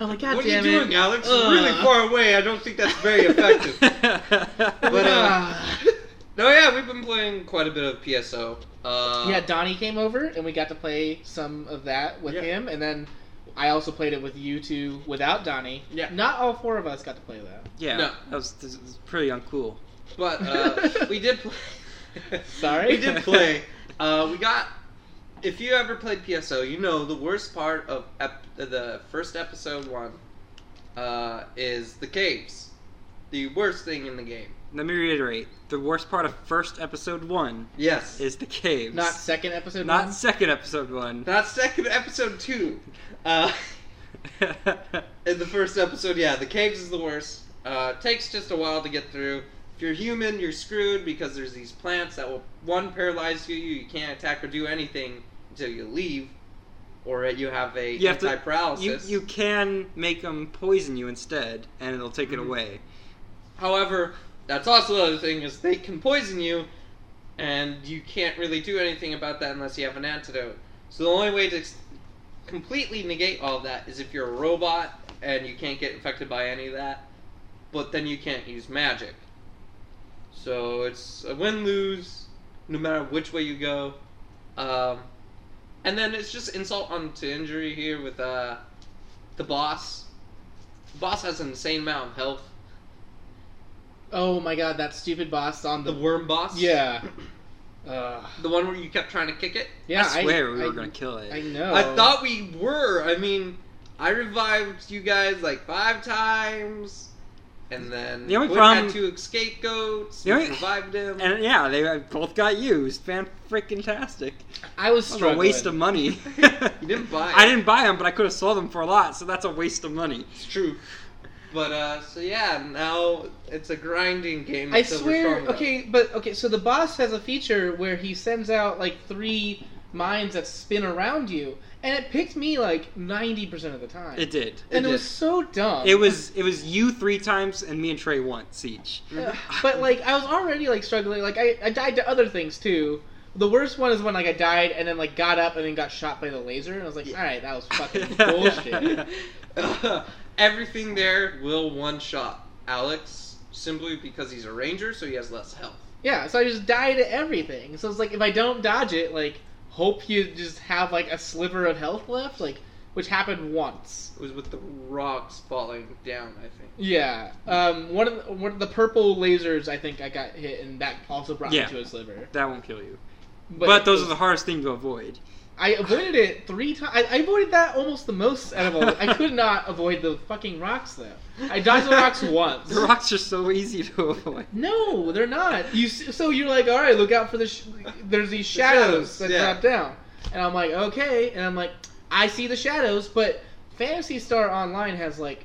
S1: I'm like, god
S3: what are you
S1: damn it.
S3: doing, Alex? It's
S1: Ugh.
S3: really far away. I don't think that's very effective. But, uh, no, yeah, we've been playing quite a bit of PSO. Uh,
S1: yeah, Donnie came over and we got to play some of that with
S3: Yeah.
S1: him, and then I also played it with you two without Donnie.
S3: Yeah.
S1: Not all four of us got to play that.
S2: yeah,
S3: No.
S2: that was, this is pretty uncool.
S3: But uh, we did play.
S1: Sorry?
S3: we did play. Uh, we got. If you ever played PSO, you know the worst part of ep- the first episode one uh, is the caves. The worst thing in the game.
S2: Let me reiterate: the worst part of first episode one
S3: Yes.
S2: is the caves.
S1: Not second episode.
S2: Not
S1: one?
S2: second episode one.
S3: Not second episode two. Uh, in the first episode, yeah, the caves is the worst. Uh, takes just a while to get through. If you're human, you're screwed because there's these plants that will one paralyze you. You can't attack or do anything until you leave, or you have a
S2: You have to- you
S3: anti-paralysis.
S2: you can make them poison you instead, and it'll take it
S3: Mhm.
S2: away.
S3: However, that's also the other thing is they can poison you, and you can't really do anything about that unless you have an antidote. So the only way to s- completely negate all of that is if you're a robot and you can't get infected by any of that, but then you can't use magic. So it's a win lose, no matter which way you go. Um, and then it's just insult on to injury here with uh, the boss. The boss has an insane amount of health.
S1: Oh my god, that stupid boss on
S3: The
S1: the.
S3: worm boss?
S1: yeah. Uh,
S3: The one where you kept trying to kick it?
S1: yeah.
S2: I swear we
S1: I,
S2: were gonna kill it.
S1: I know.
S3: I thought we were. I mean, I revived you guys like five times. And then
S2: The only
S3: Quinn
S2: problem-
S3: had two escape goats.
S2: The
S3: You
S2: only-
S3: revived him.
S2: And yeah, they uh, both got used. Fan freaking tastic.
S1: I was
S2: That was a
S1: struggling.
S2: waste of money.
S3: You didn't buy
S2: I
S3: it.
S2: didn't buy them, but I could have sold them for a lot, so that's a waste of money.
S3: It's true. But uh, so yeah, now it's a grinding game.
S1: I
S3: so we're
S1: swear.
S3: strong enough.
S1: Okay, but okay. So the boss has a feature where he sends out like three mines that spin around you, and it picked me like ninety percent of the time.
S2: It did. It
S1: and it
S2: did.
S1: was so dumb.
S2: It was it was you three times and me and Trey once each.
S1: Ugh, but like I was already like struggling. Like I, I died to other things too. The worst one is when like I died and then like got up and then got shot by the laser and I was like,
S3: Yeah.
S1: all right, that was fucking bullshit.
S3: Uh, Everything there will one shot Alex simply because he's a ranger, so he has less health.
S1: Yeah, so I just die to everything. So it's like if I don't dodge it, like hope you just have like a sliver of health left, like which happened once.
S3: It was with the rocks falling down, I think.
S1: Yeah, um, one of the, one of the purple lasers I think I got hit and that also brought
S2: Yeah.
S1: me to a sliver.
S2: That won't kill you.
S1: But,
S2: But,
S1: it
S2: those
S1: was-
S2: are the hardest thing to avoid.
S1: I avoided it three times. I, I avoided that almost the most out of all. I could not avoid the fucking rocks though. I dodged the rocks once.
S2: The rocks are so easy to avoid.
S1: No, they're not. You s- so you're like, all right, look out for the. Sh- there's these shadows,
S3: shadows,
S1: that
S3: yeah.
S1: drop down, and I'm like, okay, and I'm like, I see the shadows, but Fantasy Star Online has like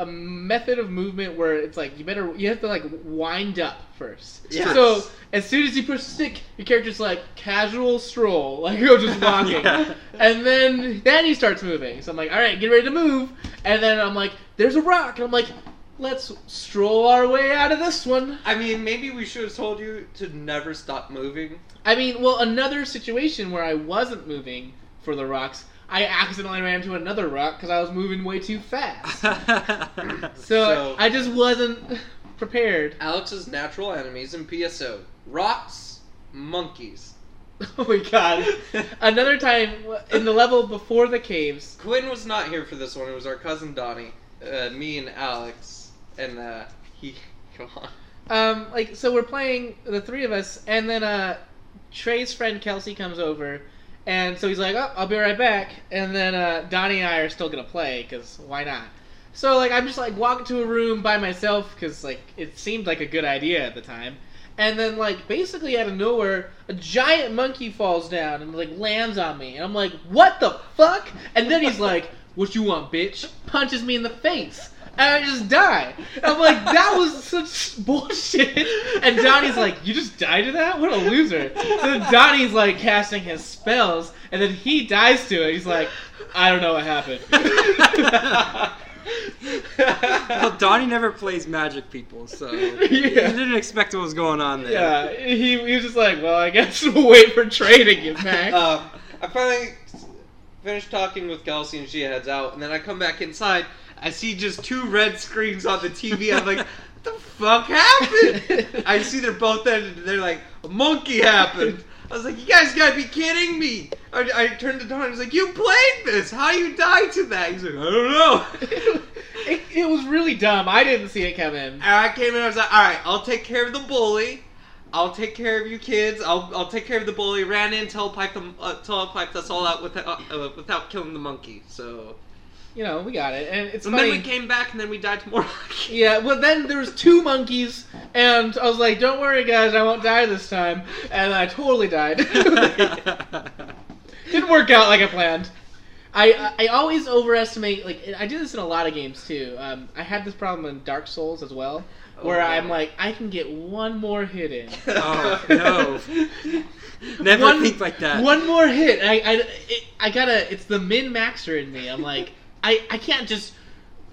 S1: a method of movement where it's like you better you have to like wind up first.
S3: Yes.
S1: So as soon as you push stick, your character's like casual stroll, like you're just walking,
S2: Yeah.
S1: and then then he starts moving. So I'm like, all right, get ready to move, and then I'm like, there's a rock, and I'm like. Let's stroll our way out of this one.
S3: I mean, maybe we should have told you to never stop moving.
S1: I mean, well, another situation where I wasn't moving for the rocks, I accidentally ran into another rock because I was moving way too fast. So,
S3: So-
S1: I just wasn't prepared.
S3: Alex's natural enemies in PSO rocks, monkeys.
S1: Oh my god. another time in the level before the caves,
S3: Quinn was not here for this one. It was our cousin Donnie, uh, me, and Alex. And uh, he. Come on.
S1: um, like so we're playing the three of us, and then uh, Trey's friend Kelsey comes over, and so he's like, "Oh, I'll be right back," and then uh, Donnie and I are still gonna play because why not? So like I'm just like walking to a room by myself because like it seemed like a good idea at the time, and then like basically out of nowhere a giant monkey falls down and like lands on me, and I'm like, "What the fuck?" And then he's like, "What you want, bitch?" Punches me in the face. And I just die. I'm like, that was such bullshit. And Donnie's like, you just died to that? What a loser. So Donnie's like casting his spells, and then he dies to it. He's like, I don't know what happened.
S2: well, Donnie never plays magic people, so you
S1: yeah.
S2: didn't expect what was going on there.
S1: Yeah, he, he was just like, well, I guess we'll wait for Trey to get back.
S3: Uh, I finally finished talking with Kelsey and she heads out, and then I come back inside. I see just two red screens on the TV. I'm like, what the fuck happened? I see they're both ended, and they're like, a monkey happened. I was like, you guys gotta be kidding me. I, I turned to Don and I was like, you played this. How you die to that? He's like, I don't know.
S1: it, it was really dumb. I didn't see it come in.
S2: Uh,
S3: And I came in, I was like, all right, I'll take care of the bully. I'll take care of you kids. I'll, I'll take care of the bully. Ran in, telepiped, them, uh, telepiped us all out without, uh, without killing the monkey. So.
S1: You know, we got it. And it's
S3: And
S1: funny.
S3: then we came back and then we died to more monkeys.
S1: Yeah, well then there was two monkeys, and I was like, "Don't worry, guys, I won't die this time." And I totally died. Didn't work out like I planned. I I always overestimate. Like I do this in a lot of games too. Um, I had this problem in Dark Souls as well, where
S3: Oh, no.
S1: I'm like, I can get one more hit in.
S2: Oh, no. Never
S1: One-
S2: think like that.
S1: One more hit. I I, it, I gotta. It's the min maxer in me. I'm like, I I can't just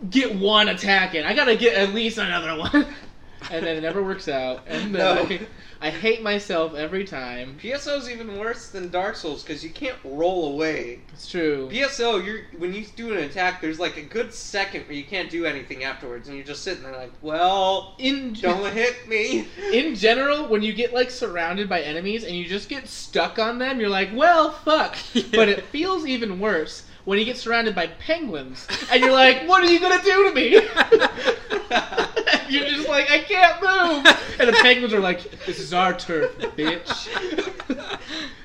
S1: get one attack in. I gotta get at least another one. and then it never works out. And then
S3: No.
S1: I, I hate myself every time.
S3: PSO's even worse than Dark Souls because you can't roll away.
S1: It's true.
S3: PSO, you're when you do an attack, there's like a good second where you can't do anything afterwards, and you're just sitting there like, well,
S1: In
S3: don't hit me.
S1: in general, when you get like surrounded by enemies and you just get stuck on them, you're like, well, fuck. But it feels even worse when you get surrounded by penguins and you're like, what are you gonna do to me? You're just like, I can't move. And the penguins are like, this is our turf, bitch.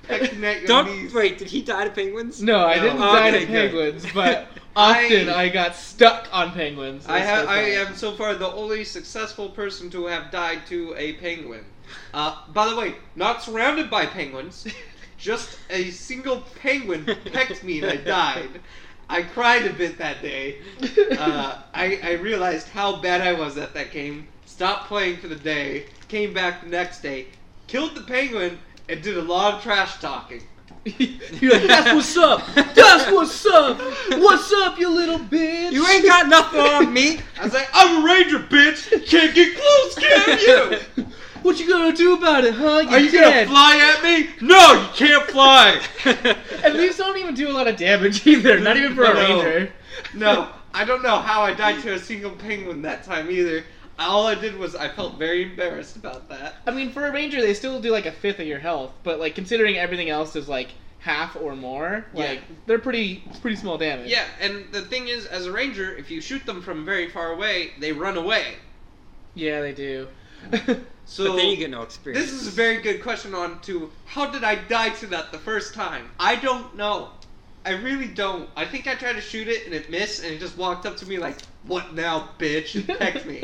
S3: Pecking at your
S2: Don't
S3: knees.
S2: wait. Did he die to penguins?
S1: No, I didn't
S2: No.
S1: die
S2: Okay,
S1: to
S2: good.
S1: penguins, but often
S3: I-
S1: I, got stuck on penguins.
S3: I
S1: That's
S3: have.
S1: so
S3: I
S1: funny.
S3: am so far the only successful person to have died to a penguin. Uh, by the way, not surrounded by penguins. Just a single penguin pecked me and I died. I cried a bit that day. Uh, I, I realized how bad I was at that game. Stopped playing for the day. Came back the next day, killed the penguin, and did a lot of trash talking.
S1: You're like, that's what's up. That's what's up. What's up, you little bitch?
S2: You ain't got nothing on me.
S3: I was like, I'm a ranger, bitch. Can't get close, can you?
S1: What you gonna do about it, huh? You're
S3: Are you
S1: dead.
S3: gonna fly at me? No, you can't fly.
S1: And these don't even do a lot of damage either. Not even for a
S3: No.
S1: ranger.
S3: no, I don't know how I died to a single penguin that time either. All I did was I felt very embarrassed about that.
S1: I mean, for a ranger, they still do like a fifth of your health, but like considering everything else is like half or more,
S3: Yeah.
S1: like they're pretty it's pretty small damage.
S3: Yeah, and the thing is, as a ranger, if you shoot them from very far away, they run away.
S1: yeah, they do.
S3: So
S2: but then you get no experience.
S3: This is a very good question on to how did I die to that the first time? I don't know. I really don't. I think I tried to shoot it and it missed and it just walked up to me like, "What now, bitch?" and pecked me.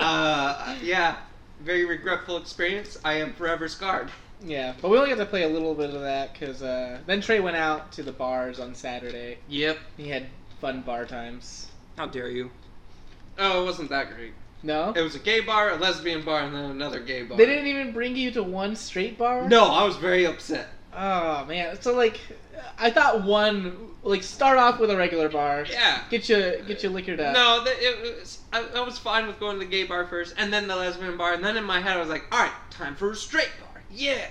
S3: Uh, yeah, very regretful experience. I am forever scarred.
S1: yeah, but we only got to play a little bit of that because uh, then Trey went out to the bars on Saturday.
S3: Yep.
S1: He had fun bar times.
S2: How dare you?
S3: Oh, it wasn't that great.
S1: No,
S3: It was a gay bar, a lesbian bar, and then another gay bar.
S1: they didn't even bring you to one straight bar.
S3: No, I was very upset.
S1: Oh man, so like, I thought one like start off with a regular bar.
S3: Yeah.
S1: Get you get you liquored up.
S3: No, that it was, I, I was fine with going to the gay bar first, and then the lesbian bar, and then in my head I was like, all right, time for a straight bar. Yeah.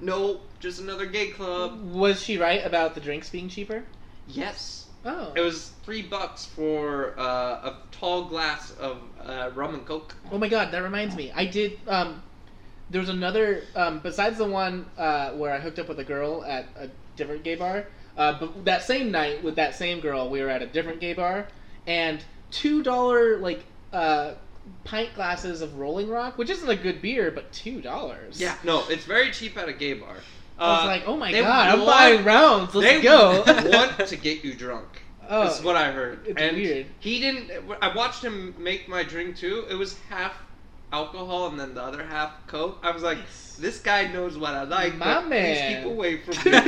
S3: No, just another gay club.
S1: Was she right about the drinks being cheaper?
S3: Yes.
S1: Oh.
S3: It was three bucks for uh, a tall glass of uh, rum and coke.
S1: Oh my god, that reminds me. I did. Um, there was another um, besides the one uh, where I hooked up with a girl at a different gay bar. Uh, but that same night with that same girl, we were at a different gay bar, and two dollar like uh, pint glasses of Rolling Rock, which isn't a good beer, but two dollars.
S3: No, it's very cheap at a gay bar.
S1: I was
S3: Uh,
S1: like, oh my
S3: they
S1: god, I'm
S3: want-
S1: buying rounds. Let's
S3: they
S1: go.
S3: want to get you drunk.
S1: oh,
S3: That's what I heard.
S1: it's
S3: and
S1: weird.
S3: He didn't. I watched him make my drink too. It was half alcohol and then the other half coke. I was like,
S1: Nice.
S3: this guy knows what I like.
S1: My
S3: but Please
S1: man."
S3: keep away from me.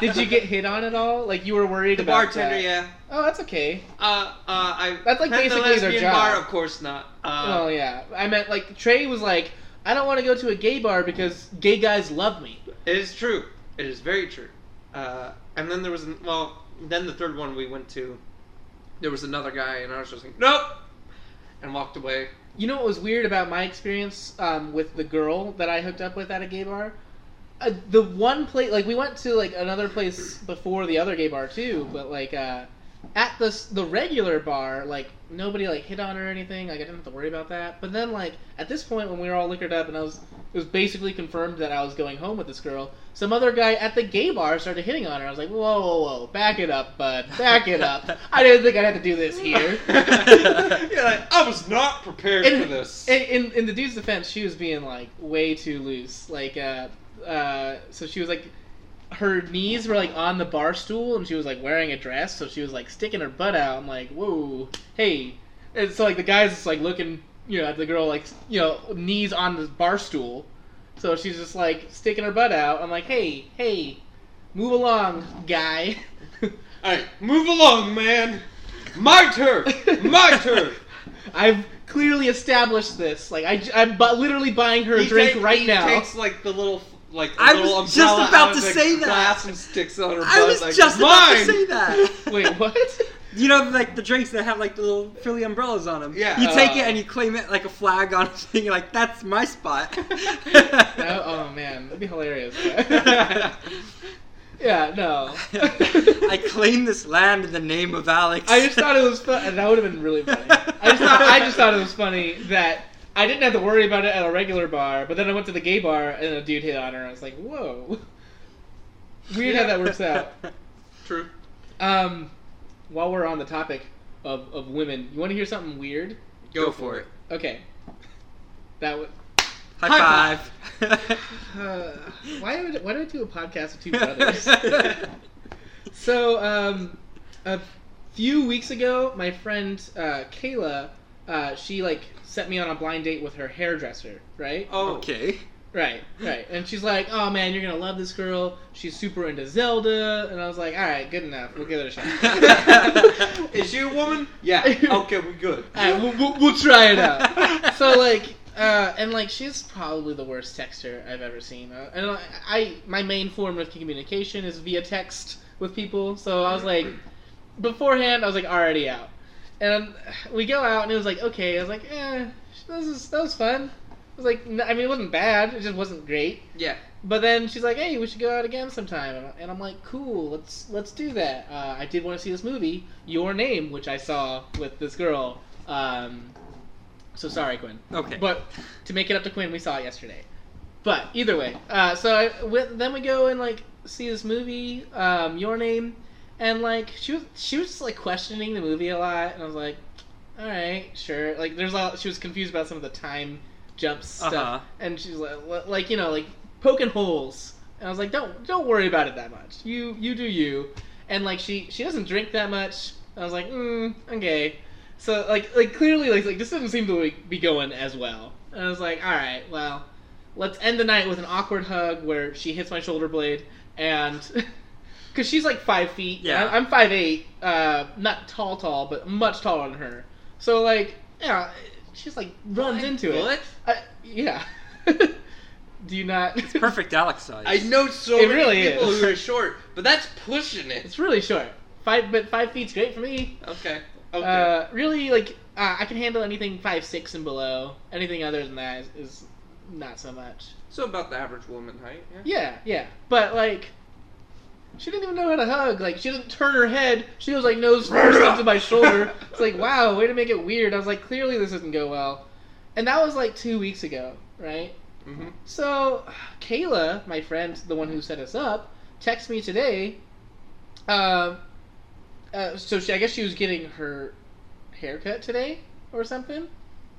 S1: Did you get hit on at all? Like you were worried
S3: the
S1: about
S3: bartender,
S1: that.
S3: yeah.
S1: Oh, that's okay.
S3: Uh, uh, I.
S1: That's like
S3: met the
S1: basically their
S3: lesbian
S1: job.
S3: bar, of course not. Uh,
S1: oh yeah, I meant like Trey was like, I don't want to go to a gay bar because gay guys love me.
S3: It is true. It is very true. Uh, and then there was an, well, then the third one we went to, there was another guy, and I was just like, nope, and walked away.
S1: You know what was weird about my experience um, with the girl that I hooked up with at a gay bar? Uh, the one place, like we went to like another place before the other gay bar too, but like uh, at the s- the regular bar, like nobody like hit on her or anything. Like I didn't have to worry about that. But then like at this point when we were all liquored up and I was it was basically confirmed that I was going home with this girl. Some other guy at the gay bar started hitting on her. I was like, whoa, whoa, whoa, back it up, bud, back it up. I didn't think I'd have to do this here.
S3: You're like, I was not prepared
S1: And-
S3: for this.
S1: In, in, in the dude's defense, she was being like way too loose. Like, uh, uh, so she was like, her knees were like on the bar stool, and she was like wearing a dress, so she was like sticking her butt out. I'm like, whoa, hey. And so like the guy's just like looking, you know, at the girl like you know knees on the bar stool, so she's just like sticking her butt out. I'm like, hey, hey, move along, guy.
S3: All right, move along, man. My turn. My turn.
S1: I've clearly established this. Like I, j- I'm bu- literally buying her a
S3: He
S1: drink
S3: take-
S1: right
S3: he
S1: now.
S3: Takes like the little like the
S2: I
S3: little
S2: was just
S3: umbrella
S2: about
S3: out
S2: to
S3: of the
S2: say that.
S3: glass and sticks it on her
S2: I
S3: butt,
S2: was
S3: like,
S2: just about to
S3: "Mine!"
S2: say that.
S1: Wait, what?
S2: You know, like the drinks that have like the little Philly umbrellas on them.
S3: Yeah.
S2: You take it
S1: Oh.
S2: and you claim it like a flag on a thing. You're like, that's my spot.
S1: No? Oh man, that'd be hilarious.
S2: I
S1: yeah, no.
S2: claim this land in the name of Alex.
S1: I just thought it was fun, and that would have been really funny. I just thought I just thought it was funny that I didn't have to worry about it at a regular bar, but then I went to the gay bar and a dude hit on her. I was like, whoa. Weird how that works out.
S3: True.
S1: Um, while we're on the topic of, of women, you want to hear something weird?
S2: Go for it.
S1: Okay. That would.
S2: High,
S3: High
S2: five.
S1: Uh, why would why do I do a podcast with two brothers? So, um, a few weeks ago, my friend uh, Kayla, uh, she like set me on a blind date with her hairdresser, right?
S3: Oh,
S2: okay.
S1: Right, right. And she's like, "Oh man, you're gonna love this girl. She's super into Zelda." And I was like, "All right, good enough. We'll give it a shot."
S3: Is she a woman? Yeah. Okay, we're good.
S1: All right, we'll, we'll, we'll try it out. So like, Uh, and like she's probably the worst texter I've ever seen. Uh, and I, I my main form of communication is via text with people. So I was like, beforehand, I was like already out, and we go out and it was like okay. I was like, eh, this is that was fun. It was like n- I mean it wasn't bad. It just wasn't great.
S2: Yeah.
S1: But then she's like, "Hey, we should go out again sometime," and, I- and I'm like, "Cool, let's let's do that." Uh, I did want to see this movie, Your Name, which I saw with this girl. Um, so sorry, Quinn.
S2: Okay.
S1: But to make it up to Quinn, we saw it yesterday. But either way, uh, so I, with, then we go and like see this movie, um, Your Name, and like she was she was just like questioning the movie a lot, and I was like, all right, sure. Like there's all she was confused about some of the time jump stuff,
S2: Uh-huh.
S1: and she was like, like you know, like poking holes, and I was like, don't don't worry about it that much. You you do you, and like she she doesn't drink that much. I was like, mm, okay. So like like clearly like like this doesn't seem to like, be going as well. And I was like, all right, well, let's end the night with an awkward hug where she hits my shoulder blade and because she's like five feet.
S2: Yeah.
S1: I- I'm five eight. Uh, not tall tall, but much taller than her. So like yeah, she's like runs into it.
S3: What?
S1: I, yeah. Do you not?
S2: It's perfect Alex size.
S3: I know so
S1: It
S3: many
S1: really
S3: people
S1: is.
S3: who are short, but that's pushing it.
S1: It's really short. Five, but five feet's great for me.
S3: Okay. Okay.
S1: Uh, really, like uh, I can handle anything five six and below. Anything other than that is, is not so much.
S3: so about the average woman height. Yeah.
S1: Yeah, yeah, but like, she didn't even know how to hug. Like, she didn't turn her head. She was like nose first into my shoulder. It's like, wow, way to make it weird. I was like, clearly this doesn't go well. And that was like two weeks ago, right?
S3: Mm-hmm.
S1: So, Kayla, my friend, the one who set us up, texted me today. Um, uh, so she, I guess she was getting her haircut today or something,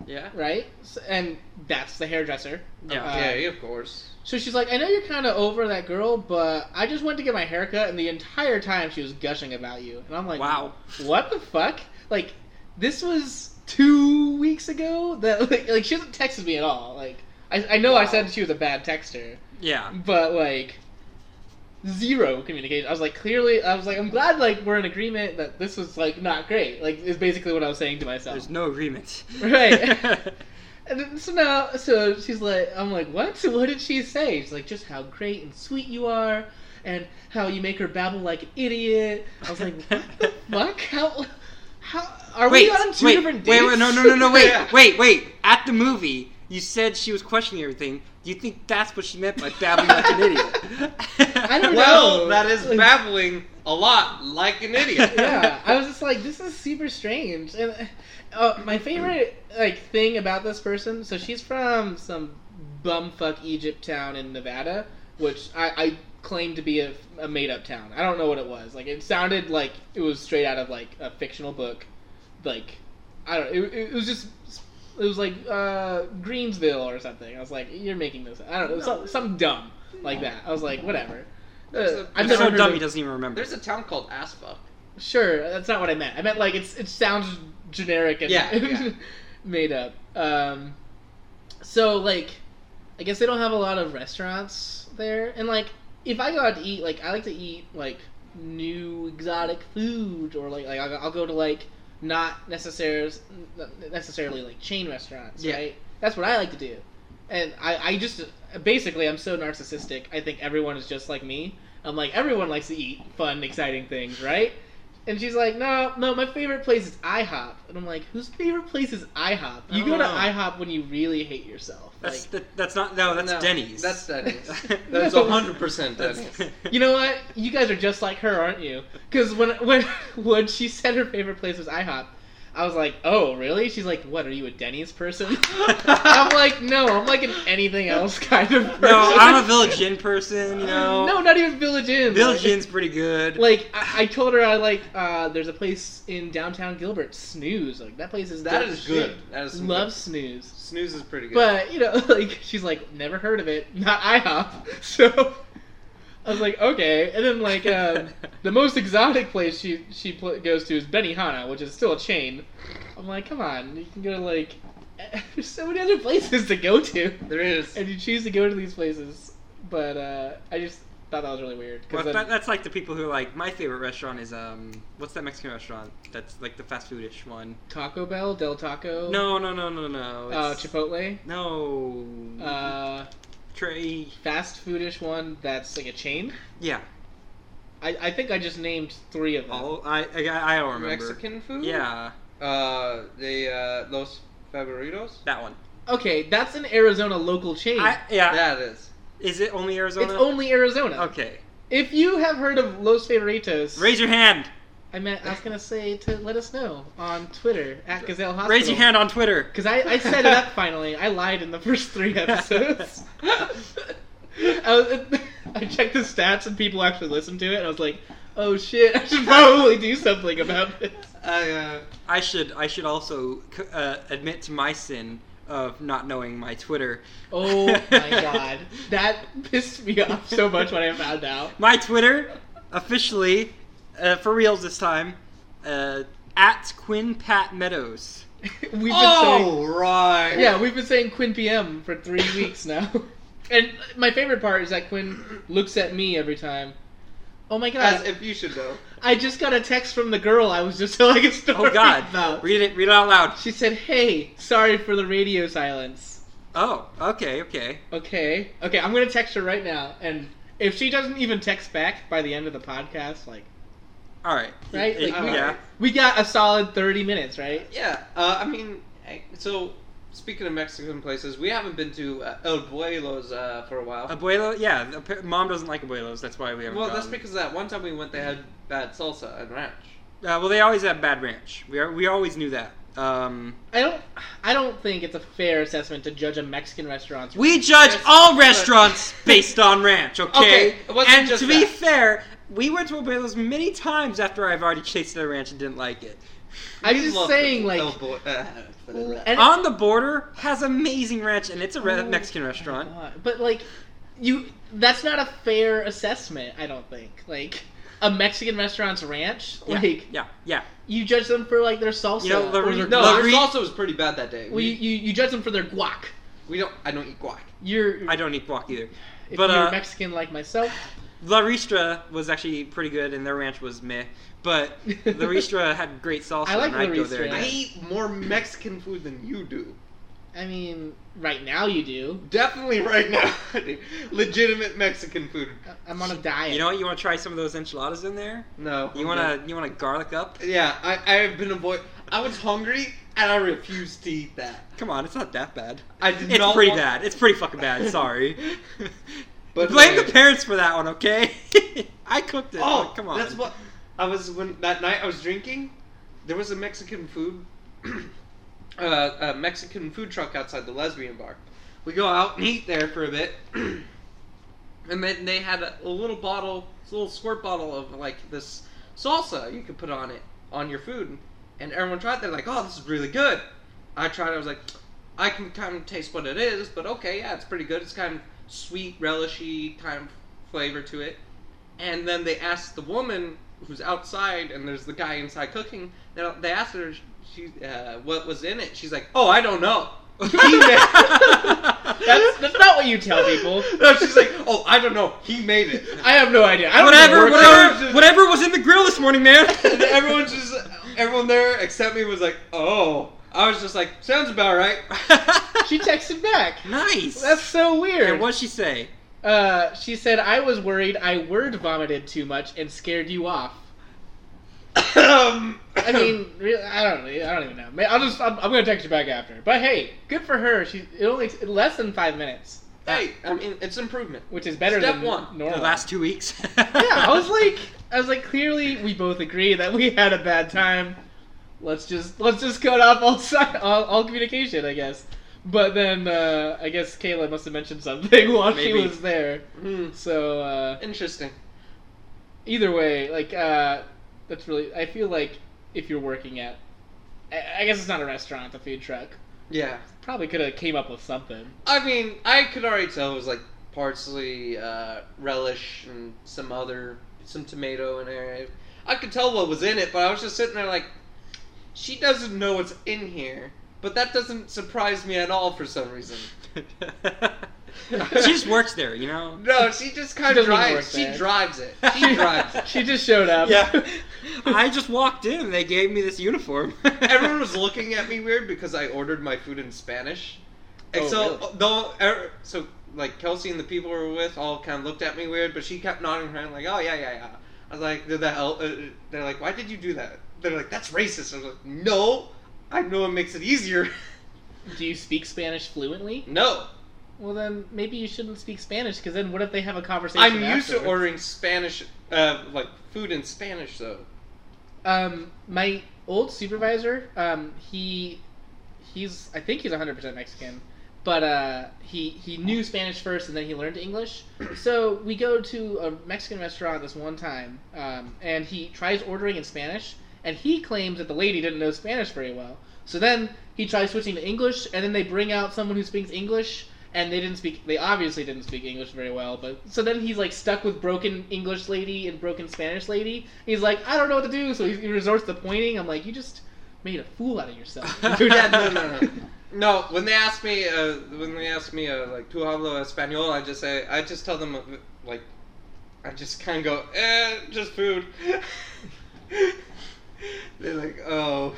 S3: Yeah.
S1: right? S and that's the hairdresser.
S2: Yeah.
S1: Uh,
S3: yeah, of course.
S1: So she's like, I know you're kind of over that girl, but I just went to get my haircut, and the entire time she was gushing about you, and I'm like,
S2: wow.
S1: what the fuck? Like, this was two weeks ago. That like, like she hasn't texted me at all. Like, I, I know I
S3: Wow.
S1: said she was a bad texter,
S2: Yeah.
S1: but like, zero communication. I was like, clearly, I was like, I'm glad like we're in agreement that this was like not great. Like, is basically what I was saying to myself.
S2: There's no agreement.
S1: Right. And then, so now, so she's like, I'm like, what? What did she say? She's like, just how great and sweet you are, and how you make her babble like an idiot. I was like, what the fuck? How? How are
S2: wait.
S1: we on two
S2: wait,
S1: different dates?
S2: wait. Wait. No. No. No. No. Wait.
S3: Yeah.
S2: Wait. Wait. At the movie, you said she was questioning everything. Do you think that's what she meant by babbling like an idiot?
S1: I don't know.
S3: Well,
S1: No,
S3: that is
S1: like-
S3: babbling a lot like an idiot.
S1: yeah, I was just like, this is super strange. And uh, my favorite like thing about this person, so she's from some bumfuck Egypt town in Nevada, which I, I claim to be a, a made up town. I don't know what it was. Like it sounded like it was straight out of like a fictional book. Like I don't. It, it was just. It was like uh, Greensville or something. I was like, "You're making this." I don't know, some, some dumb like that. I was like, "Whatever."
S3: There's a-
S1: Uh,
S2: I'm
S1: I've
S3: there's
S1: never
S2: so
S1: heard of
S2: dumb
S1: it.
S2: he doesn't even remember.
S3: There's a town called Aspa.
S1: Sure, that's not what I meant. I meant like it's it sounds generic and
S3: Yeah, yeah.
S1: made up. Um, so like, I guess they don't have a lot of restaurants there, and like if I go out to eat, like I like to eat like new exotic food, or like like I'll, I'll go to like not necessarily necessarily like chain restaurants,
S3: Yeah.
S1: right? That's what I like to do, and I I just basically I'm so narcissistic. I think everyone is just like me. I'm like everyone likes to eat fun, exciting things, right? And she's like, no, no, my favorite place is IHOP. And I'm like, whose favorite place is IHOP? You go to
S2: Oh.
S1: IHOP when you really hate yourself.
S2: That's
S1: like,
S2: that, that's not no. That's
S3: No,
S2: Denny's.
S3: That's Denny's.
S2: That's-
S3: That's a hundred percent Denny's.
S1: you know what? You guys are just like her, aren't you? Because when when when she said her favorite place was IHOP, I was like, oh, really? She's like, what? Are you a Denny's person? I'm like, no, I'm like an anything else kind of person.
S2: no, I'm a Village Inn person. You know,
S1: no, not even Village Inn.
S2: Village
S1: Like-
S2: Inn's pretty good.
S1: Like I, I told her, I like uh, there's a place in downtown Gilbert, Snooze. Like that place is
S3: That
S1: the
S3: is
S1: shit.
S3: good. That is some
S1: Love
S3: good-
S1: Snooze.
S3: Snooze is pretty good.
S1: But you know, like she's like never heard of it, not IHOP. So I was like, okay. And then like um, the most exotic place she she pl- goes to is Benihana, which is still a chain. I'm like, come on, you can go to like there's so many other places to go to,
S3: there is.
S1: and you choose to go to these places. But uh, I just Thought that was really weird. 'cause
S2: Well,
S1: then-
S2: that, that's like the people who are like my favorite restaurant is um what's that Mexican restaurant that's like the fast foodish one?
S1: Taco Bell, Del Taco.
S2: No, no, no, no, no.
S1: Uh,
S2: it's-
S1: Chipotle.
S2: no.
S1: Uh,
S2: Trey.
S1: fast foodish one that's like a chain.
S2: Yeah.
S1: I, I think I just named three of them.
S2: All I I, I don't remember.
S3: Mexican food?
S2: Yeah,
S3: Uh, the uh, Los Favoritos?
S2: that one.
S1: Okay, that's an Arizona local chain.
S2: I, yeah.
S3: That is.
S2: Is it only Arizona?
S1: it's only Arizona.
S2: Okay.
S1: If you have heard of Los Favoritos,
S2: Raise your hand.
S1: I meant I was gonna say to let us know on Twitter at Gazelle Hospital.
S2: Raise your hand on Twitter.
S1: Because I, I set it up finally. I lied in the first three episodes. I, was, I checked the stats and people actually listened to it, and I was like, oh shit, I should probably do something about this.
S3: I, uh,
S2: I should I should also c- uh, admit to my sin of not knowing my Twitter.
S1: Oh my god. That pissed me off so much when I found out.
S2: My Twitter, officially, uh, for reals this time, uh, at Quinn Pat Meadows.
S1: We've been
S3: oh, right.
S1: saying, yeah, we've been saying Quinn PM for three weeks now. And my favorite part is that Quinn looks at me every time. Oh my god.
S3: As if you should know.
S1: I just got a text from the girl I was just telling a story
S2: Oh God!
S1: about.
S2: Read it. Read it out loud.
S1: She said, "Hey, sorry for the radio silence."
S2: Oh, okay, okay.
S1: Okay, okay, I'm gonna text her right now, and if she doesn't even text back by the end of the podcast, like,
S2: All right.
S1: Right,
S2: It-
S1: like,
S2: it-
S3: we-
S2: yeah.
S1: we got a solid 30 minutes, right?
S3: Yeah, uh, I mean, I- so speaking of Mexican places, we haven't been to uh, El Buelo's uh, for a while.
S2: Abuelo. Yeah. the pa- Mom doesn't like abuelos. That's why we haven't.
S3: well, that's
S2: gone.
S3: because that one time we went, they had bad salsa and ranch.
S2: Uh, well, they always have bad ranch. We are, we always knew that. Um,
S1: I don't, I don't think it's a fair assessment to judge a Mexican restaurant's.
S2: we judge
S3: Yes,
S2: all
S3: but-
S2: restaurants based on ranch, okay?
S3: Okay, it wasn't
S2: and
S3: just
S2: to be
S3: that.
S2: fair, we went to Abuelos many times after I've already tasted the ranch and didn't like it.
S1: I'm
S3: We
S1: just
S3: love
S1: saying,
S3: the-
S1: like,
S3: El Bu- uh, for the ranch.
S1: and-
S2: on the Border has amazing ranch, and it's a re-
S1: Oh,
S2: Mexican
S1: my
S2: restaurant.
S1: God. But like, you, that's not a fair assessment. I don't think. Like, a Mexican restaurant's ranch,
S2: Yeah,
S1: like,
S2: yeah, yeah.
S1: you judge them for like their salsa.
S2: You know, the
S1: or
S2: re-
S1: their
S3: no,
S1: guac.
S3: our
S2: Lorri-
S3: salsa was pretty bad that day.
S1: Well, you,
S3: We,
S1: you, you judge them for their guac.
S3: we don't. I don't eat guac.
S1: You're
S2: I don't eat guac either.
S1: if
S2: but,
S1: you're
S2: uh,
S1: Mexican like myself.
S2: La Ristra was actually pretty good, and their ranch was meh. But La Ristra had great salsa,
S1: I like
S2: and I'd
S1: La
S2: go there.
S1: Ristra.
S3: I
S1: Yeah.
S2: again.
S3: eat more Mexican food than you do.
S1: I mean, right now you do.
S3: Definitely right now. Legitimate Mexican food.
S1: I- I'm on a diet.
S2: You know what? You want to try some of those enchiladas in there?
S3: No.
S2: You wanna you wanna garlic up?
S3: Yeah, I, I have been avoid. I was hungry and I refused to eat that.
S2: Come on, it's not that bad.
S3: I did
S2: It's
S3: not
S2: pretty
S3: want-
S2: bad. It's pretty fucking bad. Sorry.
S3: But
S2: blame
S3: like-
S2: the parents for that one, okay? I cooked it.
S3: Oh,
S2: like, come on.
S3: That's what I was when that night I was drinking. There was a Mexican food, uh, a Mexican food truck outside the lesbian bar. We go out and eat there for a bit, and then they had a, a little bottle, this little squirt bottle of like this salsa you could put on it on your food, and everyone tried. it. They're like, "Oh, this is really good." I tried. it, I was like, "I can kind of taste what it is, but okay, yeah, it's pretty good. It's kind of sweet, relishy kind of flavor to it." And then they asked the woman who's outside, and there's the guy inside cooking. They, they asked her she, uh, what was in it. She's like, "Oh, I don't know." He made-
S1: that's, that's not what you tell people.
S3: No, she's like, "Oh, I don't know. He made it."
S1: I have no idea. I don't
S2: whatever,
S1: even work
S2: whatever, whatever was in the grill this morning, man.
S3: And everyone's just everyone there except me was like, "Oh." I was just like, "Sounds about right."
S1: there. She texted back.
S2: nice.
S1: That's so weird.
S2: And what'd she say?
S1: Uh, she said, "I was worried I word vomited too much and scared you off."
S3: um,
S1: I mean, really, I don't, I don't even know. May- I'll just, I'm, I'm gonna text you back after. But hey, good for her. She it only t- less than five minutes,
S3: hey, I mean, it's improvement.
S1: which is better
S3: Step
S1: than
S3: one,
S2: The
S1: normal.
S2: last two weeks.
S1: yeah, I was like, I was like, clearly we both agree that we had a bad time. Let's just let's just cut off all si- all, all communication, I guess. But then uh, I guess Kayla must have mentioned something while
S2: Maybe.
S1: she was there.
S3: Hmm,
S1: So uh,
S3: interesting.
S1: either way, like uh, that's really. I feel like if you're working at, I, I guess it's not a restaurant, a food truck.
S3: Yeah.
S1: Probably could have came up with something.
S3: I mean, I could already tell it was like parsley, uh, relish, and some other, some tomato in there. I could tell what was in it, but I was just sitting there like, she doesn't know what's in here. But that doesn't surprise me at all for some reason.
S2: she just works there, you know.
S3: No, she just kind
S1: She
S3: of
S1: doesn't even
S3: drives.
S1: work
S3: She
S1: there.
S3: drives it. She drives it.
S1: She just showed up.
S2: Yeah, I just walked in. They gave me this uniform.
S3: Everyone was looking at me weird because I ordered my food in Spanish. And
S1: Oh,
S3: so,
S1: really?
S3: though, er, so like Kelsey and the people we were with all kind of looked at me weird, but she kept nodding her head like, "Oh yeah, yeah, yeah." I was like, "Did that help?" Uh, they're like, "Why did you do that?" They're like, "That's racist." I was like, "No, I know it makes it easier."
S1: Do you speak Spanish fluently?
S3: no,
S1: Well, then maybe you shouldn't speak Spanish because then what if they have a conversation?
S3: I'm used to
S1: afterwards?
S3: ordering Spanish, uh, like food in Spanish though.
S1: Um, my old supervisor, um, he, he's I think he's 100 percent Mexican, but uh, he he knew Spanish first and then he learned English. So we go to a Mexican restaurant this one time, um, and he tries ordering in Spanish, and he claims that the lady didn't know Spanish very well. So then he tries switching to English, and then they bring out someone who speaks English. And they didn't speak. They obviously didn't speak English very well. But so then he's like stuck with broken English lady and broken Spanish lady. He's like, I don't know what to do. So he, he resorts to pointing. I'm like, you just made a fool out of yourself.
S3: yeah, no, no, no. No, when they ask me, uh, when they ask me, uh, like, tu hablo español, I just say, I just tell them, uh, like, I just kind of go, eh, just food. They're like, oh.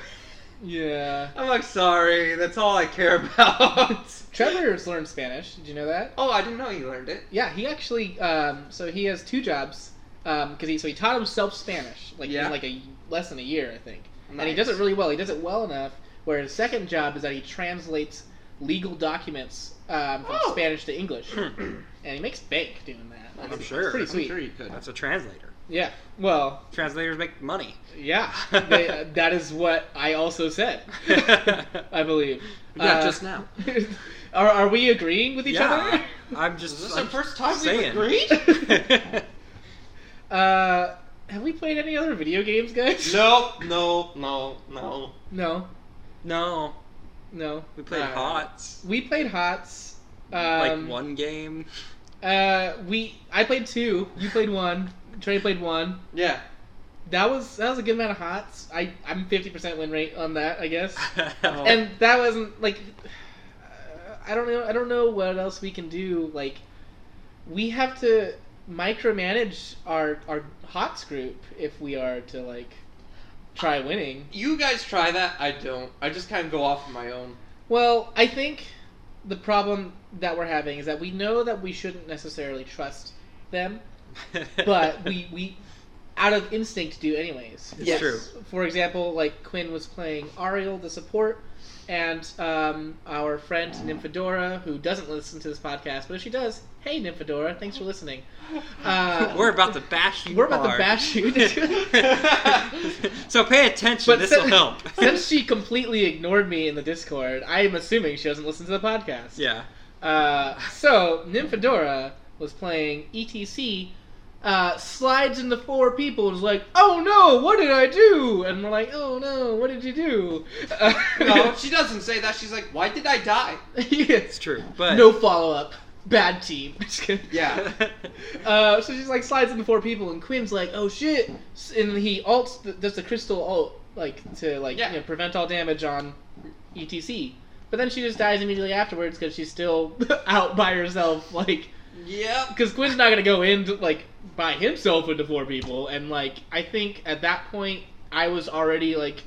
S1: yeah.
S3: I'm like, sorry, that's all I care about.
S1: Trevor's learned Spanish. Did you know that?
S3: oh, I didn't know you learned it.
S1: Yeah, he actually. Um, so he has two jobs. Um, because he so he taught himself Spanish like
S3: Yeah.
S1: in like a less than a year I think, and he
S3: Nice.
S1: does it really well. He does it well enough where his second job is that he translates legal documents um, from
S3: Oh.
S1: Spanish to English, and he makes bank doing that.
S3: I'm
S1: That's-
S2: sure.
S1: that's pretty
S2: Hmm. I'm
S1: sweet.
S3: you could.
S2: That's a translator.
S1: Yeah. Well,
S2: Translators make money.
S1: yeah, they, uh, that is what I also said. I believe. Uh,
S2: now.
S1: Are, are we agreeing with each
S2: Yeah, I'm just.
S3: Is this
S2: I'm
S3: the first time
S2: saying.
S3: we've agreed?
S1: other? uh, have we played any other video games, guys?
S3: no, no, no, no.
S1: No.
S2: no,
S1: No.
S2: we played
S1: Uh,
S2: HOTS.
S1: We played Hots. Um,
S2: Like one game.
S1: Uh, we I played two. You played one. Trey played one.
S3: Yeah.
S1: That was that was a good amount of Hots. I I'm 50% win rate on that, I guess.
S3: Oh.
S1: and that wasn't like uh, I don't know I don't know what else we can do like we have to micromanage our our hots group if we are to like try winning.
S3: You guys try that. I don't. I just kind of go off on my own.
S1: Well, I think the problem that we're having is that we know that we shouldn't necessarily trust them, but we we out of instinct do anyways.
S2: It's true.
S1: For example, like Quinn was playing Ariel, the support, and um, our friend Nymphadora, who doesn't listen to this podcast, but if she does, hey Nymphadora, thanks for listening. Uh,
S2: We're about to bash you.
S1: We're about to
S2: hard.
S1: bash you.
S2: so pay attention. This will
S1: sin-
S2: help.
S1: since she completely ignored me in the Discord, I'm assuming she doesn't listen to the podcast.
S2: yeah.
S1: Uh, so Nymphadora was playing ETC, uh, slides into four people and is like, "Oh no, what did I do?" And we're like, "Oh no, what did you do?" Uh,
S3: No, she doesn't say that. She's like, why did I die?
S1: yes.
S2: It's true. But
S1: no follow up. Bad team. Just kidding.
S3: Yeah.
S1: Uh, so she's like slides into four people, and Quinn's like, "Oh shit!" S- And he alts the, does the crystal alt like to like
S3: Yeah.
S1: you know, prevent all damage on ETC. But then she just dies immediately afterwards because she's still out by herself, like
S3: Yep.
S1: because Quinn's not gonna go in like by himself into four people, and like I think at that point I was already like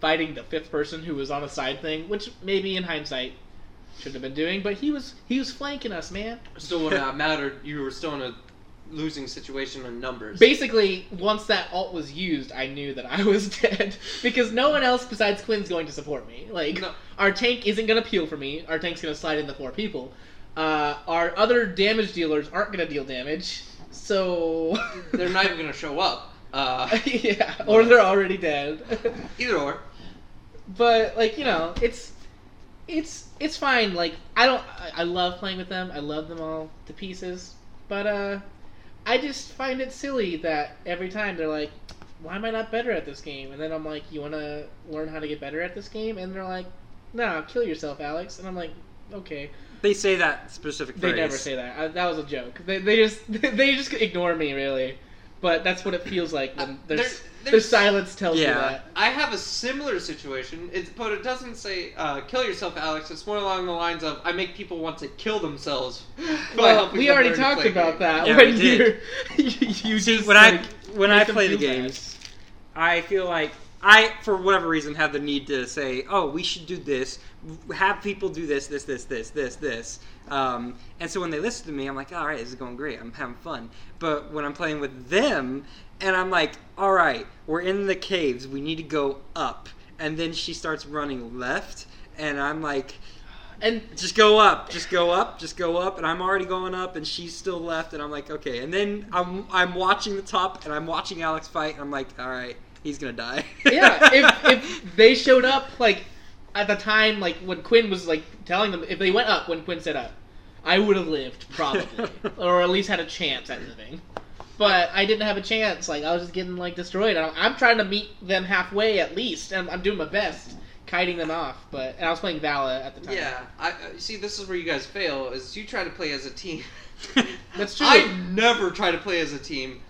S1: fighting the fifth person who was on a side thing, which maybe in hindsight shouldn't have been doing, but he was he was flanking us, man.
S3: So when that mattered, you were still in a losing situation in numbers.
S1: Basically, once that alt was used, I knew that I was dead because no one else besides Quinn's going to support me. Like
S3: No.
S1: our tank isn't gonna peel for me. Our tank's gonna slide into four people. Uh, our other damage dealers aren't gonna deal damage, so
S3: They're not even gonna show up. Uh,
S1: yeah, or they're already dead.
S3: either or.
S1: but like you know, it's it's it's fine. Like I don't, I, I love playing with them. I love them all to pieces. But uh, I just find it silly that every time they're like, "Why am I not better at this game?" And then I'm like, "You want to learn how to get better at this game?" And they're like, "No, kill yourself, Alex." And I'm like, "Okay."
S2: they say that specific
S1: They
S2: phrase.
S1: never say that. I, that was a joke. They, they just they just ignore me really. but that's what it feels like when
S3: Uh,
S1: there's,
S3: there's-
S1: there's,
S3: there's-
S1: silence tells you
S2: Yeah.
S1: that.
S3: I have a similar situation, it's, but it doesn't say uh, "kill yourself, Alex." It's more along the lines of "I make people want to kill themselves." by
S1: Well,
S3: helping
S1: we
S3: them
S1: already
S3: learn to
S1: talked
S3: play
S1: about
S3: games.
S1: that
S2: Yeah,
S1: when
S2: we did.
S1: you're- you just
S2: when
S1: like,
S2: I when
S1: make
S2: I
S1: them
S2: play the
S1: do that.
S2: games, I feel like I for whatever reason have the need to say, oh, we should do this, have people do this, this, this, this, this, this. Um, and so when they listen to me, I'm like, all right, this is going great. I'm having fun. But when I'm playing with them, and I'm like, all right, we're in the caves. We need to go up. And then she starts running left, and I'm like,
S1: and
S2: just go up, just go up, just go up, and I'm already going up, and she's still left, and I'm like, okay. And then I'm I'm watching the top, and I'm watching Alex fight, and I'm like, all right, he's gonna die.
S1: yeah, if, if they showed up like at the time, like when Quinn was like telling them, if they went up when Quinn said up, I would have lived probably, or at least had a chance at living. But I didn't have a chance. Like I was just getting like destroyed. I'm, I'm trying to meet them halfway at least, and I'm doing my best kiting them off. But and I was playing Vala at the time.
S3: Yeah, I I- see. This is where you guys fail. Is you try to play as a team.
S1: That's true.
S3: I never try to play as a team.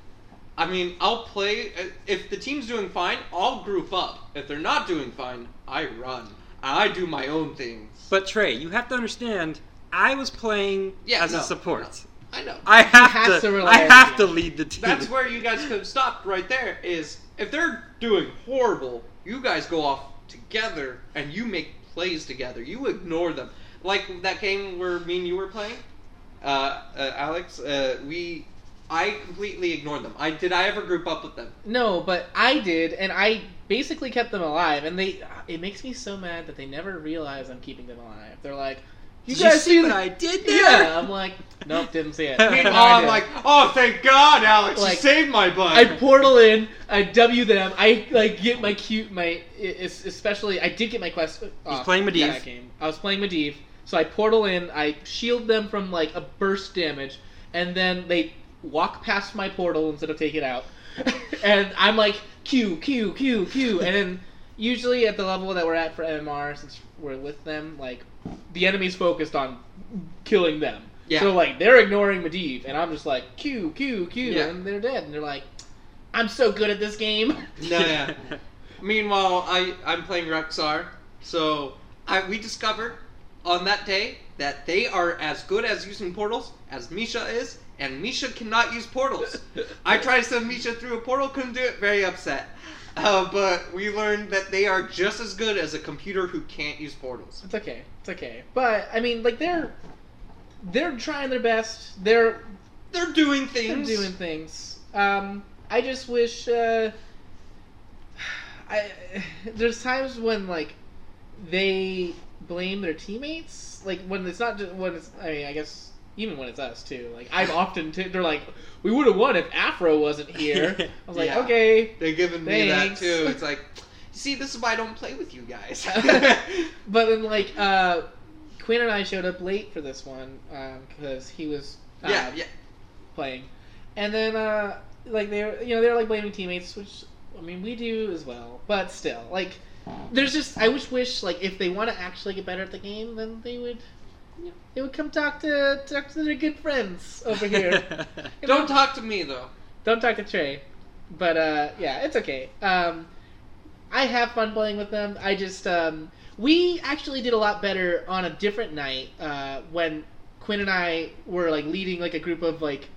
S3: I mean, I'll play uh, if the team's doing fine. I'll group up. If they're not doing fine, I run. I do my own thing.
S2: but Trey, you have to understand, I was playing
S3: Yeah,
S2: as
S3: no,
S2: a support.
S3: I know.
S2: I
S1: has
S2: have to,
S1: to rely
S2: I
S1: on
S2: have to
S1: you.
S2: lead the team.
S3: That's where you guys could have stopped right there. Is if they're doing horrible, you guys go off together and you make plays together. You ignore them, like that game where me and you were playing, uh, uh, Alex. Uh, we, I completely ignored them. I did. I ever group up with them?
S1: No, but I did, and I basically kept them alive. And they, it makes me so mad that they never realize I'm keeping them alive. They're like, "You
S2: Did
S1: guys
S2: see
S1: that?
S2: what I did there?
S1: Yeah, I'm like, nope, didn't see it.
S2: Oh,
S1: No,
S3: oh,
S1: I
S3: I'm
S1: didn't.
S3: like, oh, thank God, Alex,
S1: Like,
S3: you saved my butt.
S1: I portal in, I W them, I like get my cute, my e, es- especially I did get my quest. Off
S2: playing Medivh.
S1: That game. I was playing Medivh, so I portal in, I shield them from like a burst damage, and then they walk past my portal instead of take it out, and I'm like Q Q Q Q, and then usually at the level that we're at for MMR, since we're with them, like the enemy's focused on killing them.
S3: Yeah.
S1: So like they're ignoring Medivh, and I'm just like Q Q Q,
S3: Yeah.
S1: and they're dead, and they're like, I'm so good at this game.
S3: No, yeah. Meanwhile, I I'm playing Rexar, so I we discovered on that day that they are as good as using portals as Misha is, and Misha cannot use portals. I tried to send Misha through a portal, couldn't do it. Very upset. Uh, but we learned that they are just as good as a computer who can't use portals.
S1: It's okay. It's okay. But I mean, like they're they're trying their best. They're
S3: They're doing
S1: they're
S3: things.
S1: doing things. Um, I just wish. Uh, I there's times when like they blame their teammates. Like when it's not just when it's. I mean, I guess even when it's us too. Like I've often t- they're like, we would have won if Afro wasn't here. I was like,
S3: Yeah.
S1: okay,
S3: They're giving me that
S1: Thanks.
S3: too. It's like, see, this is why I don't play with you guys.
S1: But then, like, uh, Quinn and I showed up late for this one because he was uh,
S3: yeah, yeah.
S1: playing, and then uh, like they were, you know, they were like blaming teammates, which I mean we do as well, but still, like, there's just I wish wish like if they want to actually get better at the game, then they would, you know, they would come talk to talk to their good friends over here. You know?
S3: Don't talk to me though.
S1: Don't talk to Trey. But uh, yeah, it's okay. Um, I have fun playing with them. I just um, we actually did a lot better on a different night uh, when Quinn and I were like leading like a group of like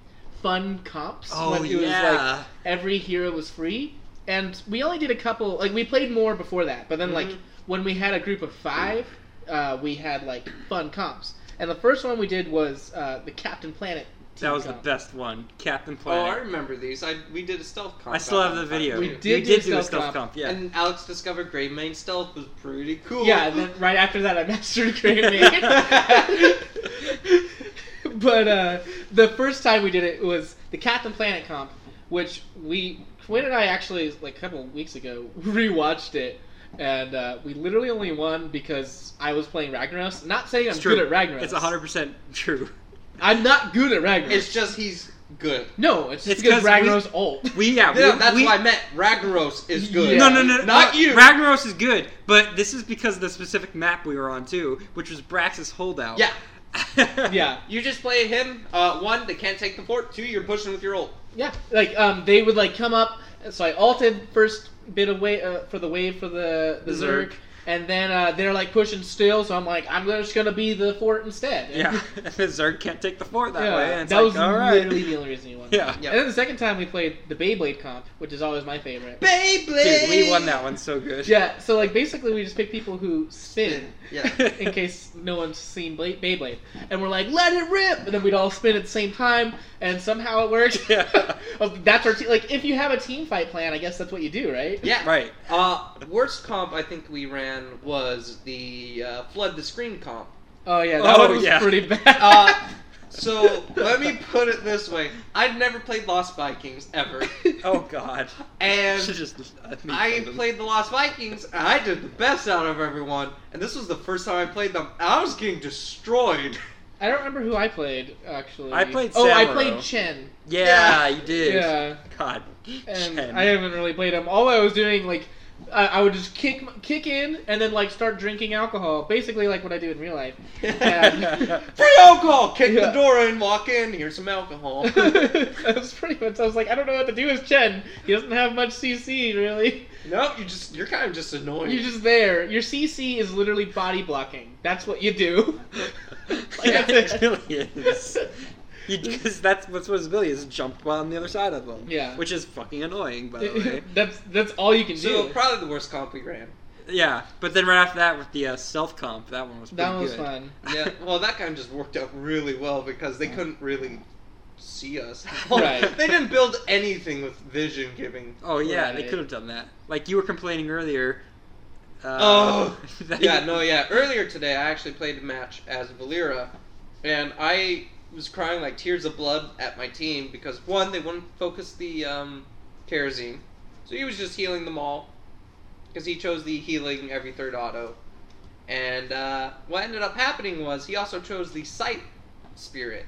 S1: fun comps.
S2: oh
S1: when it was like
S2: yeah.
S1: every hero was free, and we only did a couple. Like we played more before that, but then like
S3: Mhm.
S2: Mm-hmm.
S1: when we had a group of five, uh, we had like fun comps. And the first one we did was uh, the Captain Planet. team
S2: that was the
S1: comp.
S2: best one, Captain
S3: Oh, I
S2: Planet.
S3: remember these. I we did a stealth comp.
S2: I still have
S3: on
S2: the
S3: that
S2: video.
S1: We
S3: too.
S1: did do
S2: you did do a
S1: stealth
S2: stealth
S1: comp.
S2: comp, yeah.
S3: And Alex discovered Grey Main stealth was pretty cool.
S1: Yeah, and then right after that, I mastered Great Maid. but uh, the first time we did it was the Captain Planet comp, which we Quinn and I actually like a couple of weeks ago rewatched it, and uh, we literally only won because I was playing Ragnaros. Not saying I'm
S2: It's
S1: good
S2: true.
S1: at Ragnaros.
S2: It's 100% true.
S1: I'm not good at Ragnaros.
S3: it's just he's good.
S1: no, it's just
S2: It's
S1: because
S2: 'cause we-
S1: Ragnaros old.
S2: We yeah,
S3: Yeah,
S2: we,
S3: that's
S2: we,
S3: why I meant Ragnaros is good.
S1: Yeah.
S2: No, no, no,
S3: not
S2: no,
S3: you.
S2: Ragnaros is good, but this is because of the specific map we were on too, which was Brax's holdout.
S3: yeah,
S1: yeah,
S3: You just play him. Uh, one, they can't take the fort. Two, you're pushing with your ult.
S1: yeah. Like um, they would like come up. So I alted first bit of wave uh, for the wave for the the
S2: Zerg.
S1: Zerg, and then uh, they're like pushing still. So I'm like, I'm just gonna be the fort instead.
S2: yeah. the Zerg can't take the fort that
S1: Yeah,
S2: way. And it's
S1: that
S2: like,
S1: was
S2: all right.
S1: literally the only reason you won.
S2: Yeah.
S3: Yeah.
S1: And then the second time we played the Beyblade comp, which is always my favorite.
S3: Beyblade.
S2: Dude, we won that one so good.
S1: Yeah, so like basically we just pick people who spin,
S3: Yeah.
S1: in case no one's seen Bla- Beyblade, and we're like, let it rip, and then we'd all spin at the same time, and somehow it worked.
S2: Yeah.
S1: Oh, that's our te- like if you have a team fight plan, I guess that's what you do, right?
S3: Yeah.
S2: Right.
S3: Uh, worst comp I think we ran was the uh, flood the screen comp.
S1: Oh yeah, that
S2: Oh,
S1: one was
S2: yeah.
S1: pretty bad.
S3: Uh, so let me put it this way: I'd never played Lost Vikings ever,
S2: Oh God.
S3: and
S2: Should just, I, think
S3: I
S2: something.
S3: played the Lost Vikings, and I did the best out of everyone. And this was the first time I played them. I was getting destroyed.
S1: I don't remember who I played actually.
S2: I played
S1: Oh, I
S2: Samuro.
S1: played Chen.
S2: Yeah, you did.
S1: Yeah.
S2: God.
S1: and
S2: Chen.
S1: I haven't really played them. All I was doing, like, I, I would just kick kick in and then like start drinking alcohol, basically like what I do in real life. Yeah.
S3: Free alcohol! Kick
S1: Yeah.
S3: the door in, walk in. Here's some alcohol.
S1: that was pretty much. I was like, I don't know what to do with Chen. He doesn't have much CC really.
S3: no, you just you're kind of just annoying.
S1: You're just there. Your CC is literally body blocking. That's what you do.
S2: Yeah, it really is. Because that's what's what his ability is jump while on the other side of them.
S1: Yeah.
S2: Which is fucking annoying, by the way.
S1: that's that's all you can
S3: so
S1: do.
S3: probably the worst comp we ran.
S2: yeah, but then right after that with the uh, self comp, that one was pretty
S1: That one was
S2: good.
S1: fun.
S3: Yeah, well, that kind of just worked out really well because they couldn't really see us.
S1: Right.
S3: they didn't build anything with vision giving.
S2: Oh yeah, they
S1: Right.
S2: could have done that. Like you were complaining earlier. Uh,
S3: Oh.
S2: that-
S3: yeah, no, yeah. Earlier today, I actually played a match as Valera, and I was crying like tears of blood at my team because one, they wouldn't focus the um, kerosene, so he was just healing them all because he chose the healing every third auto. And uh, what ended up happening was he also chose the sight spirit.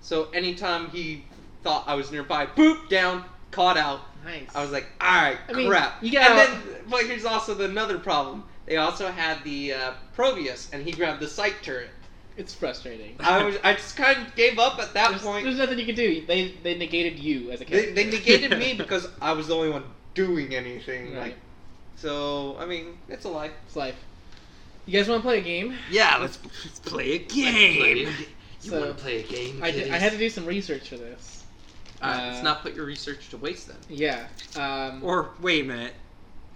S3: So anytime he thought I was nearby, boop down, caught out,
S1: Nice.
S3: I was like, all right,
S1: I mean,
S3: crap.
S1: you gotta-
S3: And then, but here's also the another problem. They also had the uh, Provius, and he grabbed the sight turret.
S1: it's frustrating.
S3: I was, I just kind of gave up at that
S1: There's,
S3: point.
S1: there's nothing you can do. They they negated you as a
S3: They,
S1: character.
S3: they negated me because I was the only one doing anything.
S1: Right.
S3: Like, so I mean, it's a lie.
S1: It's life. You guys want to play a game?
S2: Yeah, let's, let's play a game.
S1: You So, wanna
S3: play a game?
S1: I, did- I had to uh, do some research for this.
S3: let's not put your research to waste then.
S1: Yeah. Um,
S2: Or wait a minute.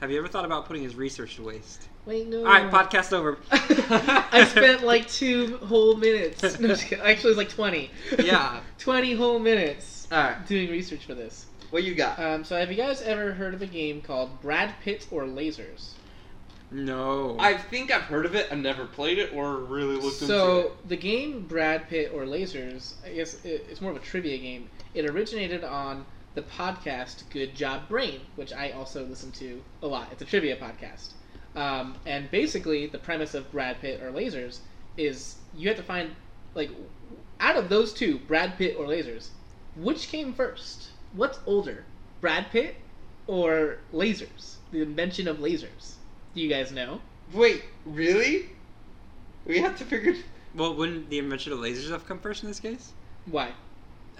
S2: Have you ever thought about putting his research to waste?
S1: wait, no.
S2: All right, podcast over.
S1: I spent like two whole minutes. No, I'm just kidding. Actually, it was like 20.
S3: Yeah.
S1: 20 whole minutes
S3: All right,
S1: doing research for this.
S3: what you got?
S1: Um, so, have you guys ever heard of a game called Brad Pitt or Lasers?
S2: No.
S3: I think I've heard of it. I've never played it or really looked into it.
S1: So the game Brad Pitt or Lasers, I guess it- it's more of a trivia game. It originated on the podcast Good Job Brain, which I also listen to a lot. It's a trivia podcast, um, and basically the premise of Brad Pitt or Lasers is you have to find like out of those two, Brad Pitt or Lasers, which came first? What's older, Brad Pitt or lasers? The invention of lasers. Do you guys know?
S3: Wait, really? We have to figure.
S2: Well, wouldn't the invention of lasers have come first in this case?
S1: Why?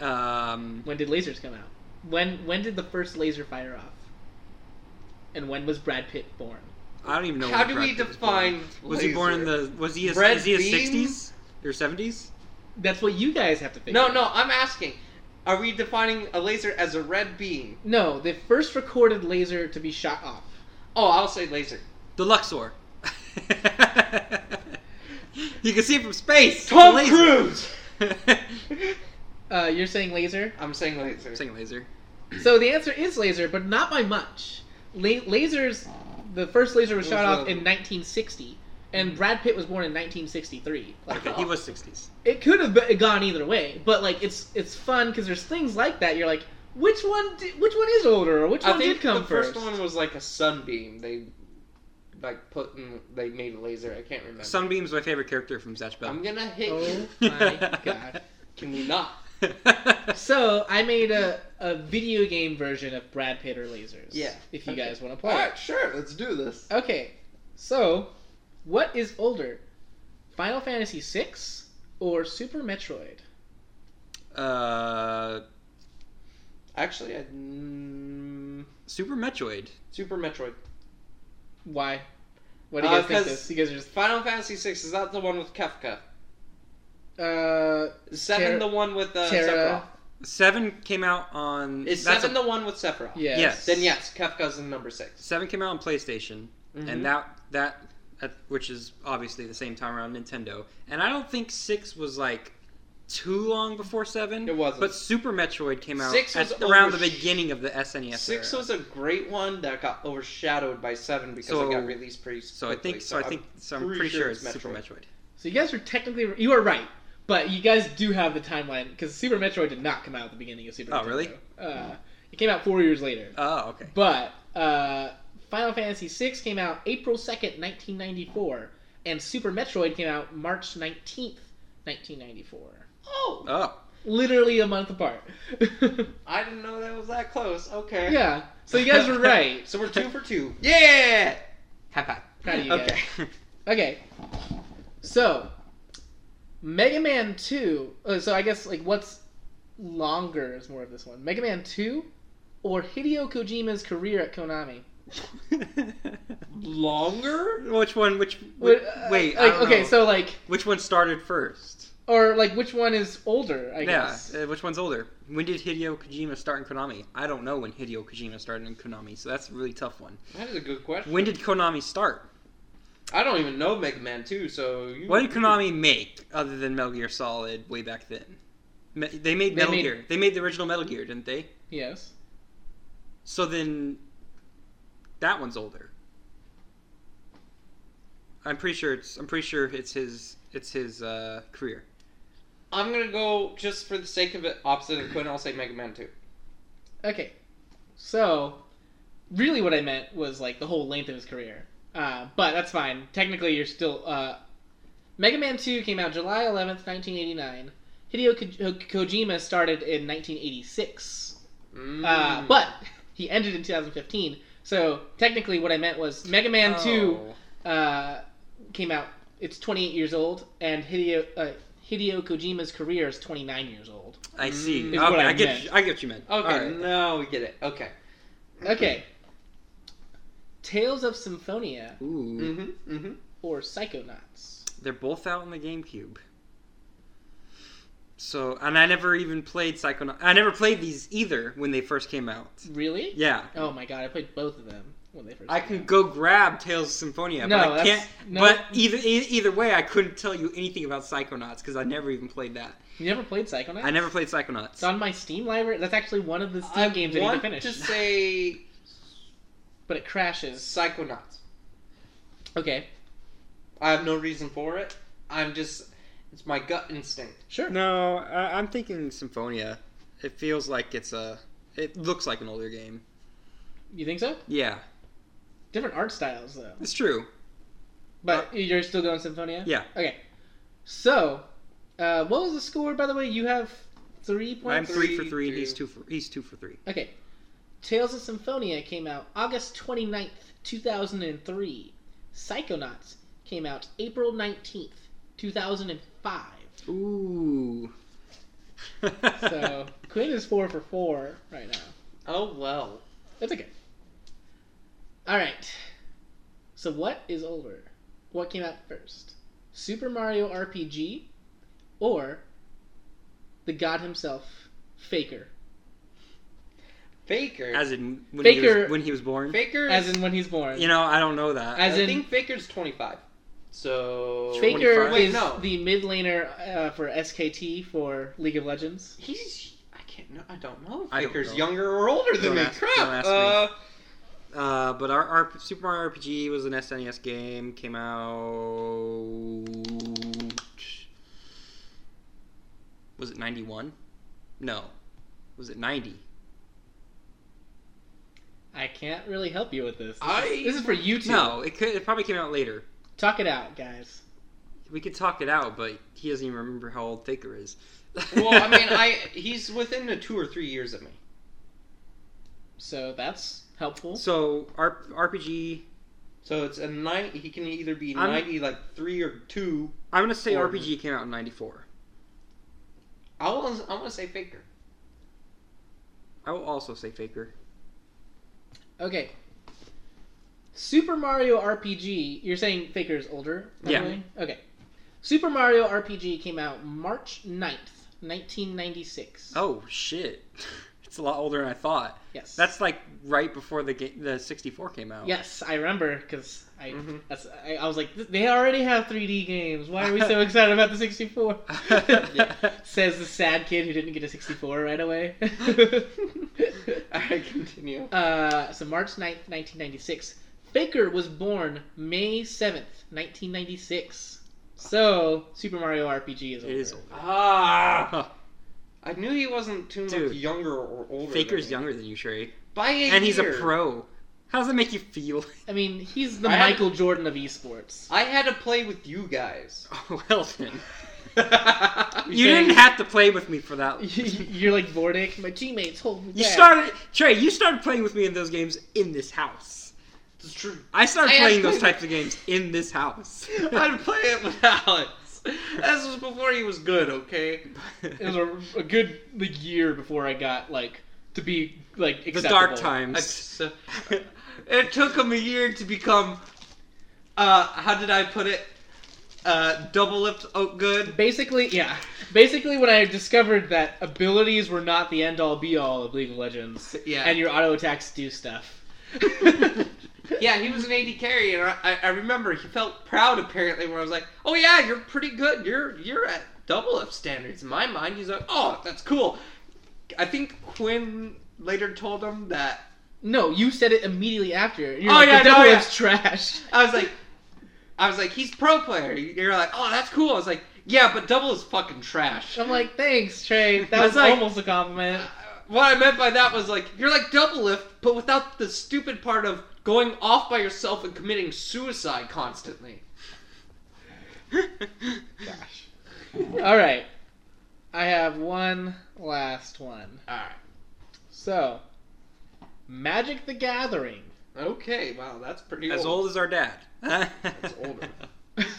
S2: Um,
S1: When did lasers come out? When when did the first laser fire off? And when was Brad Pitt born?
S2: I don't even know.
S3: How
S2: when
S3: do we
S2: Brad Pitt was
S3: define?
S2: born. Was he born in the? Was he? A,
S3: Red
S2: is he a
S3: beam?
S2: sixties or seventies?
S1: That's what you guys have to figure.
S3: No,
S1: out.
S3: no. I'm asking. Are we defining a laser as a red beam?
S1: no. The first recorded laser to be shot off.
S3: Oh, I'll say laser.
S2: The Luxor. you can see it from space.
S3: Tom
S2: It's a
S3: Cruise.
S2: laser.
S1: Uh, you're saying laser.
S3: I'm saying laser.
S2: I'm saying laser.
S1: So the answer is laser, but not by much. La- lasers. The first laser was
S3: It
S1: shot off
S3: was, Mm-hmm. uh,
S1: in 1960, and Brad Pitt was born in 1963. Like,
S2: Okay, he was sixties.
S1: it could have be- gone either way, but like it's it's fun because there's things like that. You're like, which one? Di- which one is older? Or which
S3: I
S1: one
S3: think
S1: did come
S3: the first,
S1: first
S3: one was like a sunbeam. They like put in. They made a laser. I can't remember.
S2: Sunbeam's my favorite character from Zatch Bell.
S3: I'm gonna hit
S1: Oh
S3: you.
S1: my god.
S3: Can you not?
S1: So I made a, a video game version of Brad Pitt or Lasers.
S3: Yeah.
S1: If you
S3: Okay.
S1: guys want to play.
S3: All
S1: it.
S3: right, sure. Let's do this.
S1: Okay. So, what is older? Final Fantasy VI or Super Metroid?
S2: Uh,
S3: Actually, I, mm,
S2: Super Metroid.
S3: Super Metroid.
S1: Why? What do you guys
S3: Uh,
S1: think
S3: 'cause-
S1: this? You guys are just
S3: Final Fantasy VI is that the one with Kefka?
S1: uh
S3: Is Seven
S1: Ter-
S3: the one with uh,
S1: Terra.
S2: Seven came out on.
S3: Sephiroth? Is
S2: that's
S3: Seven
S2: a-
S3: the one with Sephiroth?
S1: yes.
S2: Yes.
S3: Then yes, Kefka's in number six.
S2: Seven came out on PlayStation,
S3: Mhm.
S2: and that that at, which is obviously the same time around Nintendo. And I don't think six was like too long before seven.
S3: It wasn't.
S2: But Super Metroid came out
S3: Six was
S2: at, around the
S3: oversh-
S2: beginning of the SNES.
S3: Six
S2: era.
S3: was a great one that got overshadowed by seven because
S2: So-
S3: it got released pretty.
S2: So I
S3: quickly,
S2: think so. I think so. I'm pretty, sure, it's Super Metroid.
S1: So you guys are technically you are right, but you guys do have the timeline because Super Metroid did not come out at the beginning of Super.
S2: Oh,
S1: Nintendo.
S2: really?
S1: Uh, it came out four years later.
S2: Oh, okay.
S1: But uh, Final Fantasy VI came out April second, nineteen ninety four, and Super Metroid came out March nineteenth, nineteen ninety four.
S3: Oh,
S2: Oh,
S1: Literally a month apart.
S3: I didn't know that was that close. Okay.
S1: yeah. So you guys were right.
S3: So we're two for two. Yeah. High five.
S1: Proud of you guys.
S3: Okay.
S1: Okay. So, Mega Man 2. uh, So, I guess, like, what's longer is more of this one. Mega Man 2 or Hideo Kojima's career at Konami?
S3: Longer.
S2: which one? Which
S1: Wait,
S2: wait?
S1: uh,
S2: wait I
S1: like,
S2: don't
S1: okay,
S2: know.
S1: so, like,
S2: which one started first?
S1: or, like, which one is older, I
S2: Yeah,
S1: guess?
S2: uh, which one's older? When did Hideo Kojima start in Konami? I don't know when Hideo Kojima started in Konami, so that's a really tough one.
S3: That is a good question.
S2: When did Konami start?
S3: I don't even know Mega Man two. So you,
S2: What did Konami make other than Metal Gear Solid way back then? Me- They made
S1: They
S2: Metal
S1: made-
S2: Gear. They made the original Metal Gear, didn't they?
S1: Yes.
S2: So then, that one's older. I'm pretty sure it's. I'm pretty sure it's his. It's his uh, career.
S3: I'm gonna go just for the sake of it opposite of Quinn. I'll say Mega Man two.
S1: Okay. So, really what I meant was, like, the whole length of his career. Uh, but that's fine. Technically, you're still. Uh, Mega Man 2 came out July 11th, 1989. Hideo Ko- Kojima started in 1986.
S3: Mm.
S1: Uh, but he ended in 2015. So, technically, what I meant was Mega Man 2
S2: Oh.
S1: uh, came out. It's 28 years old, and Hideo, uh, Hideo Kojima's career is 29 years old.
S2: I see.
S1: Mm,
S2: Okay,
S1: is what I
S2: I, get.
S1: meant.
S2: You, I get what you meant.
S3: okay,
S2: Alright.
S3: now we get it. Okay.
S1: Okay. Tales of Symphonia
S2: Ooh,
S3: Mm-hmm. Mm-hmm.
S1: or Psychonauts.
S2: they're both out on the GameCube. So, and I never even played Psychonauts. I never played these either when they first came out.
S1: Really?
S2: Yeah.
S1: Oh my god, I played both of them when they first
S2: I
S1: came
S2: can
S1: out.
S2: go grab Tales of Symphonia,
S1: No,
S2: but I
S1: that's-
S2: can't.
S1: no.
S2: But either e- either way, I couldn't tell you anything about Psychonauts because I never even played that.
S1: You never played Psychonauts?
S2: I never played
S1: It's
S2: Psychonauts.
S1: on my Steam library. That's actually one of the Steam
S3: I
S1: games I need to
S3: want
S1: finish.
S3: to say
S1: But it crashes.
S3: Psychonauts.
S1: Okay,
S3: I have no reason for it. I'm just. It's my gut instinct.
S1: sure.
S2: No, I, I'm thinking Symphonia. It feels like it's a. It looks like an older game.
S1: You think so?
S2: Yeah,
S1: Different art styles, though.
S2: it's true.
S1: But you're still going Symphonia?
S2: Yeah.
S1: Okay. So, uh, what was the score, by the way? You have three
S2: I'm
S1: points?
S2: three for
S3: three,
S2: three. and He's
S3: two.
S2: two for he's two for three.
S1: Okay. Tales of Symphonia came out August 29th, 2003. Psychonauts came out April 19th, 2005.
S2: Ooh.
S1: So, Quinn is four for four right now.
S3: Oh well.
S1: That's okay. All right. So what is older? What came out first? Super Mario RPG or the god himself, Faker?
S3: Faker.
S2: as in when he
S1: Faker-
S2: was, when he was born.
S3: Faker.
S1: As
S3: is-
S1: in when he's born.
S2: You know, I don't know that.
S1: As
S3: I
S1: in-
S3: think Faker's 25. So
S1: Faker
S2: 25?
S1: is
S3: Wait, no.
S1: the mid laner uh, for SKT for League of Legends.
S3: He's. I can't know. I don't know. If
S2: I don't
S3: Faker's
S2: know.
S3: younger or older than
S2: Don't
S3: me.
S2: ask-
S3: Crap.
S2: don't ask me.
S3: Uh,
S2: Uh, but our, our Super Mario RPG was an SNES game. Came out. Was it ninety one? No. Was it ninety?
S1: I can't really help you with this. This,
S3: I-
S1: is, this is for you two.
S2: No, it could. It probably came out later.
S1: Talk it out, guys.
S2: We could talk it out, but he doesn't even remember how old Faker is.
S3: Uh, well, I mean, I he's within the two or three years of me.
S1: So that's helpful.
S2: So our RPG.
S3: So it's a nine. He can either be
S2: I'm-
S3: 90, like three or two.
S2: I'm gonna say
S3: Or-
S2: RPG came out in ninety four.
S3: I want I want to say Faker.
S2: I will also say Faker.
S1: Okay. Super Mario RPG. You're saying Faker's older? by the
S2: Yeah.
S1: way? Okay. Super Mario RPG came out March 9th, 1996.
S2: Oh shit, it's a lot older than I thought.
S1: yes.
S2: That's like right before the game, the 64 came out.
S1: Yes, I remember because I,
S3: Mhm.
S1: that's I, I was like, "Th- they already have 3D games. Why are we so excited about the 64? Says the sad kid who didn't get a 64 right away.
S3: All right, continue.
S1: uh, so March 9th, 1996. Faker was born May 7th, 1996. So Super Mario RPG is
S2: It
S1: older.
S2: is older.
S3: Ah, I knew he wasn't too
S2: Dude.
S3: much younger or older.
S2: Faker's
S3: than me.
S2: younger than you, Sherry,
S3: by a
S2: and he's a
S3: year.
S2: pro. How does that make you feel?
S1: I mean, he's the
S3: I had-
S1: Michael Jordan of esports.
S3: I had to play with you guys.
S2: Oh, well then, you
S1: saying-
S2: didn't have to play with me for that.
S1: You're like Vordic. My teammates hold me
S2: You
S1: back.
S2: started, Trey. You started playing with me in those games in this house.
S3: It's true.
S2: I started
S3: I had
S2: playing those
S3: played-
S2: types of games in this house.
S3: I'd play it with Alex. This was before he was good. Okay.
S1: It was a, a good like year before I got like to be like
S2: the
S1: acceptable.
S2: dark
S3: I
S2: times.
S3: just- uh, it took him a year to become. Uh, how did I put it? Uh, double lipped oat good.
S1: Basically, yeah. Basically, when I discovered that abilities were not the end all be all of League of Legends,
S3: Yeah.
S1: and your auto attacks do stuff.
S3: Yeah, he was an AD carry, and I, I remember he felt proud apparently when I was like, "Oh yeah, you're pretty good. You're you're at double up standards." In my mind, he's like, "Oh, that's cool." I think Quinn later told him that
S1: No, you said it immediately after. You're
S3: Oh,
S1: like,
S3: yeah,
S1: the
S3: no,
S1: double
S3: yeah.
S1: is trash.
S3: I was like, I was like, he's pro player. You're like, "Oh, that's cool." I was like, "Yeah, but double is fucking trash."
S1: I'm like, thanks, Trey. That
S3: I
S1: was
S3: was like-
S1: almost a compliment.
S3: What I meant by that was like you're like double lift, but without the stupid part of going off by yourself and committing suicide constantly. uh,
S1: Gosh. All right, I have one last one.
S3: All right.
S1: So, Magic the Gathering.
S3: Okay. Wow, that's pretty
S2: As
S3: old.
S2: old as our dad. That's
S3: older.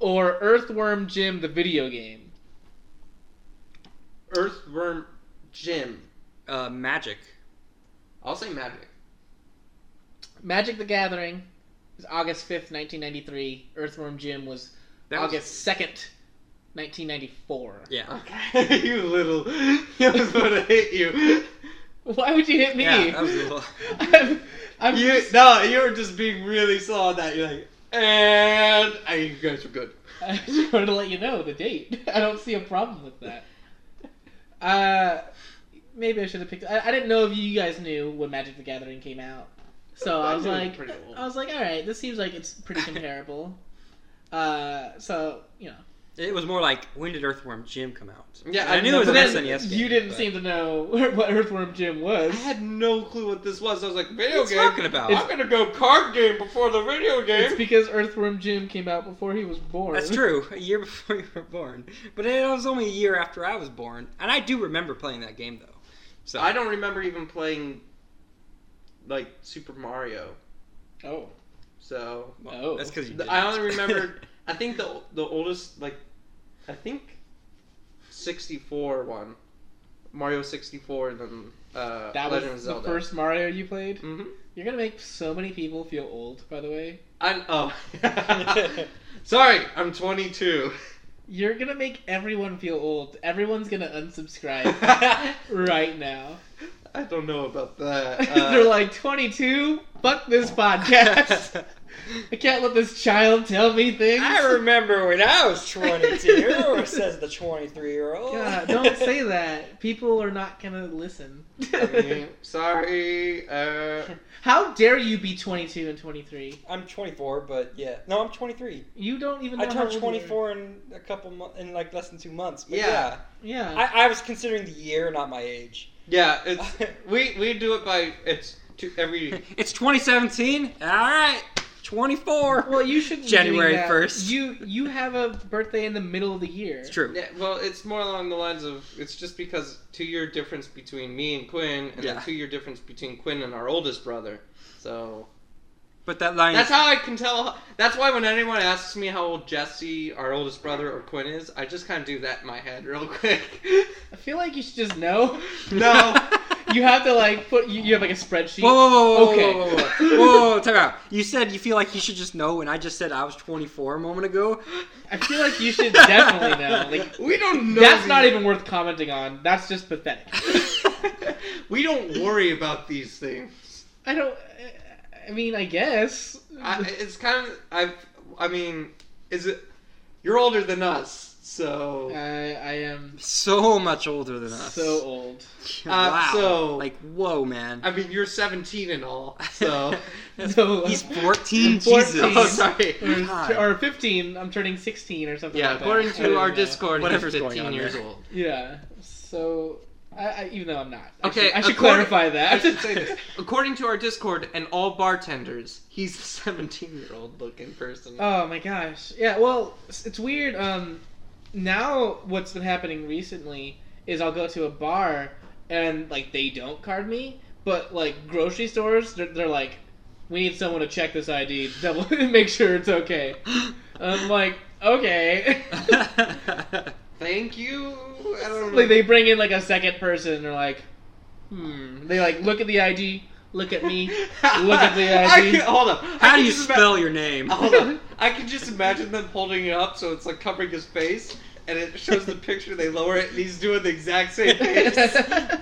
S1: or Earthworm Jim, the video game.
S3: Earthworm Jim.
S2: Uh, magic.
S3: I'll say magic.
S1: Magic the Gathering was August 5th, 1993. Earthworm Jim was
S2: That was-
S1: August 2nd, 1994.
S3: Uh,
S2: Yeah.
S3: Okay, you little. He was gonna hit you.
S1: Why would you hit me?
S2: Yeah, that was a little-
S1: I'm, I'm
S3: You
S1: just-
S3: no, you were just being really slow on that. You're like, and I, you guys are good.
S1: I just wanted to let you know the date. I don't see a problem with that. Uh, maybe I should have picked. I, I didn't know if you guys knew when Magic the Gathering came out, so I
S3: I
S1: was
S3: knew it was
S1: like,
S3: pretty old.
S1: I was like, all right, this seems like it's pretty comparable. uh, so you know,
S2: It was more like when did Earthworm Jim come out?
S3: Yeah,
S2: And
S3: I
S2: I, knew it was
S1: But
S2: an
S3: never-
S1: then
S2: SNES E game.
S1: you didn't
S2: but-
S1: seem to know what Earthworm Jim
S3: I
S1: was.
S3: had no clue what this was. I was like, video
S2: What's
S3: game.
S2: talking about?
S3: I'm gonna go card game before the video
S1: It's
S3: game.
S1: because Earthworm Jim came out before he was born.
S2: That's true. A year before you were born, but it was only a year after I was born, and I do remember playing that game though. So
S3: I don't remember even playing like Super Mario.
S1: Oh,
S3: So
S1: Oh.
S2: that's because you.
S3: The-
S2: Didn't.
S3: I only remembered. I think the the oldest like, I think, sixty four one, Mario sixty four, and then uh,
S1: that
S3: Legend
S1: was
S3: of
S1: the
S3: Zelda.
S1: first Mario you played.
S3: hmm
S1: You're gonna make so many people feel old. By the way.
S3: I'm oh, sorry, I'm twenty two.
S1: You're gonna make everyone feel old. Everyone's gonna unsubscribe right now.
S3: I don't know about that.
S1: They're
S3: Uh,
S1: like 22. Fuck this podcast. I can't let this child tell me things.
S2: I remember when I was 22, says the 23 year old.
S1: God, don't say that. People are not gonna listen.
S3: I mean, sorry. Uh,
S1: How dare you be 22 and 23?
S2: I'm 24, but yeah. No, I'm 23.
S1: You don't even. Know
S2: I turned
S1: how old you are.
S2: 24 in a couple mo- in like less than two months. But yeah,
S3: Yeah.
S1: Yeah.
S2: I, I was considering the year, not my age.
S3: yeah, it's we we do it by it's two, every
S2: It's 2017. All right, 24.
S1: well, you should. be
S2: January
S1: doing that.
S2: 1st.
S1: You you have a birthday in the middle of the year.
S2: It's true.
S3: Yeah, well, it's more along the lines of it's just because two year difference between me and Quinn, and
S2: Yeah.
S3: then two year difference between Quinn and our oldest brother. So
S2: But that line.
S3: That's how I can tell. That's why when anyone asks me how old Jesse, our oldest brother, or Quinn is, I just kind of do that in my head real quick.
S1: I feel like you should just know.
S3: no.
S1: You have to like put. You, you have like a spreadsheet.
S2: Whoa, whoa, whoa, whoa,
S1: Okay.
S2: whoa, whoa, whoa, whoa, whoa, whoa, time out. You said you feel like you should just know, and I just said I was 24 a moment ago.
S1: I feel like you should definitely know. Like
S3: we don't know.
S1: that's
S3: these-
S1: not even worth commenting on. That's just pathetic.
S3: we don't worry about these things.
S1: I don't. I mean, I guess.
S3: I, it's kind of. I. I mean, is it? You're older than us, so.
S1: I, I am
S2: so much older than us.
S1: so uh, old.
S2: wow.
S3: so-
S2: like, whoa, man.
S3: I mean, you're 17 and all, so.
S1: So
S2: He's 14.
S1: 14.
S2: Jesus.
S3: oh, sorry.
S2: God.
S1: or, or 15. I'm turning 16 or something.
S3: Yeah,
S1: like that.
S3: according
S1: I don't
S3: to our
S1: know.
S3: Discord,
S2: Whatever's
S3: he's
S2: going
S3: 15
S2: on
S3: years
S2: there.
S3: old.
S1: Yeah. So, I, I even though I'm not. I
S3: Okay,
S1: should, I should
S3: according-
S1: clarify that.
S3: I should say this. According to our Discord and all bartenders, he's a 17 year old looking person.
S1: Oh my gosh. Yeah, well, it's, it's weird. Um, now what's been happening recently is I'll go to a bar and like they don't card me, but like grocery stores, they're, they're like, we need someone to check this ID, double make sure it's okay. I'm like, okay.
S3: Thank you. I don't know.
S1: like they bring in like a second person, and they're like, hmm. They like look at the ID, look at me. Look at the
S3: I
S1: ID.
S3: can- hold up.
S2: How do you spell your name?
S3: Hold on. I can just imagine them holding it up so it's like covering his face, and it shows the picture. They lower it, and he's doing the exact same face.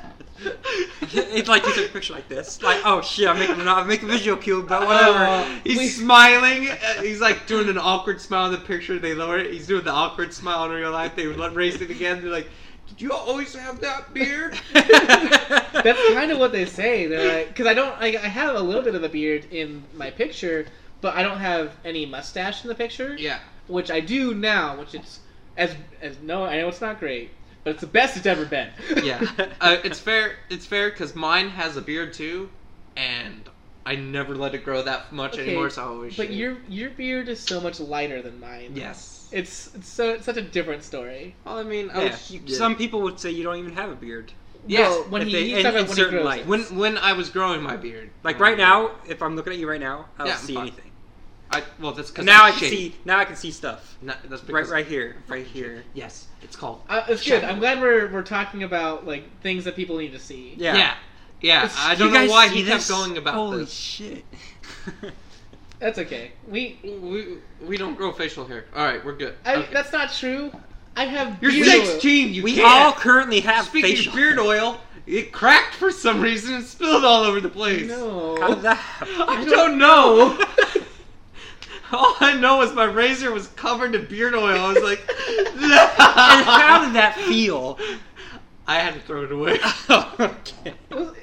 S2: it's like you took a picture like this. Like, oh shit, I'm making, I'm making a visual cue, but whatever.
S1: Uh,
S3: He's
S1: We-
S3: smiling. uh, He's like doing an awkward smile in the picture. They lower it. He's doing the awkward smile in real life. They let- raise it again. They're like, "Did you always have that beard?"
S1: That's kind of what they say. They're like, because I don't, I, I have a little bit of a beard in my picture, but I don't have any mustache in the picture,
S3: yeah.
S1: which I do now, which it's as as no, I know it's not great, but it's the best it's ever been.
S3: Yeah. Uh, it's fair. It's fair because mine has a beard too, and I never let it grow that much
S1: Okay,
S3: anymore. So I always.
S1: but
S3: shave.
S1: your your beard is so much lighter than mine.
S3: Yes.
S1: It's it's so it's such a different story.
S3: Well, I mean, I
S2: Yeah,
S3: was,
S2: you- oh, Some people would say you don't even have a beard.
S3: Yes,
S1: No, when
S2: if
S1: he,
S2: they-
S1: he's
S2: in-
S1: talking about
S2: in
S1: when he
S2: certain
S1: grows.
S2: light.
S1: it.
S3: when when I was growing my beard,
S2: Like right now, if I'm looking at you right now, I don't
S3: Yeah, I'm
S2: see
S3: fine.
S2: anything.
S3: Mm-hmm. I well that's because
S2: Now I can see. Now I can see stuff.
S3: that's
S2: Right,
S3: because,
S2: right here, right here.
S3: Yes, it's called.
S1: Uh, it's
S3: Shut
S1: good.
S3: up.
S1: I'm glad we're we're talking about like things that people need to see.
S2: Yeah.
S3: Yeah, yeah.
S2: It's-
S3: I
S2: you
S3: don't know
S2: guys
S3: why
S2: see
S3: he kept
S2: this?
S3: going about
S2: Holy
S3: this.
S2: shit!
S1: that's okay. We
S3: we we don't grow facial hair. All right, we're good.
S1: I,
S3: Okay.
S1: That's not true. I have
S3: You're
S1: beard oil.
S3: 16. You
S2: we all
S3: can't.
S2: currently have
S3: Speaking
S2: facial.
S3: of beard oil, it cracked for some reason and spilled all over the place.
S1: No.
S2: How did that happen?
S3: I don't know. all I know is my razor was covered in beard oil. I was like,
S2: And how did that feel?
S3: I had to throw it away.
S2: okay.
S1: Well,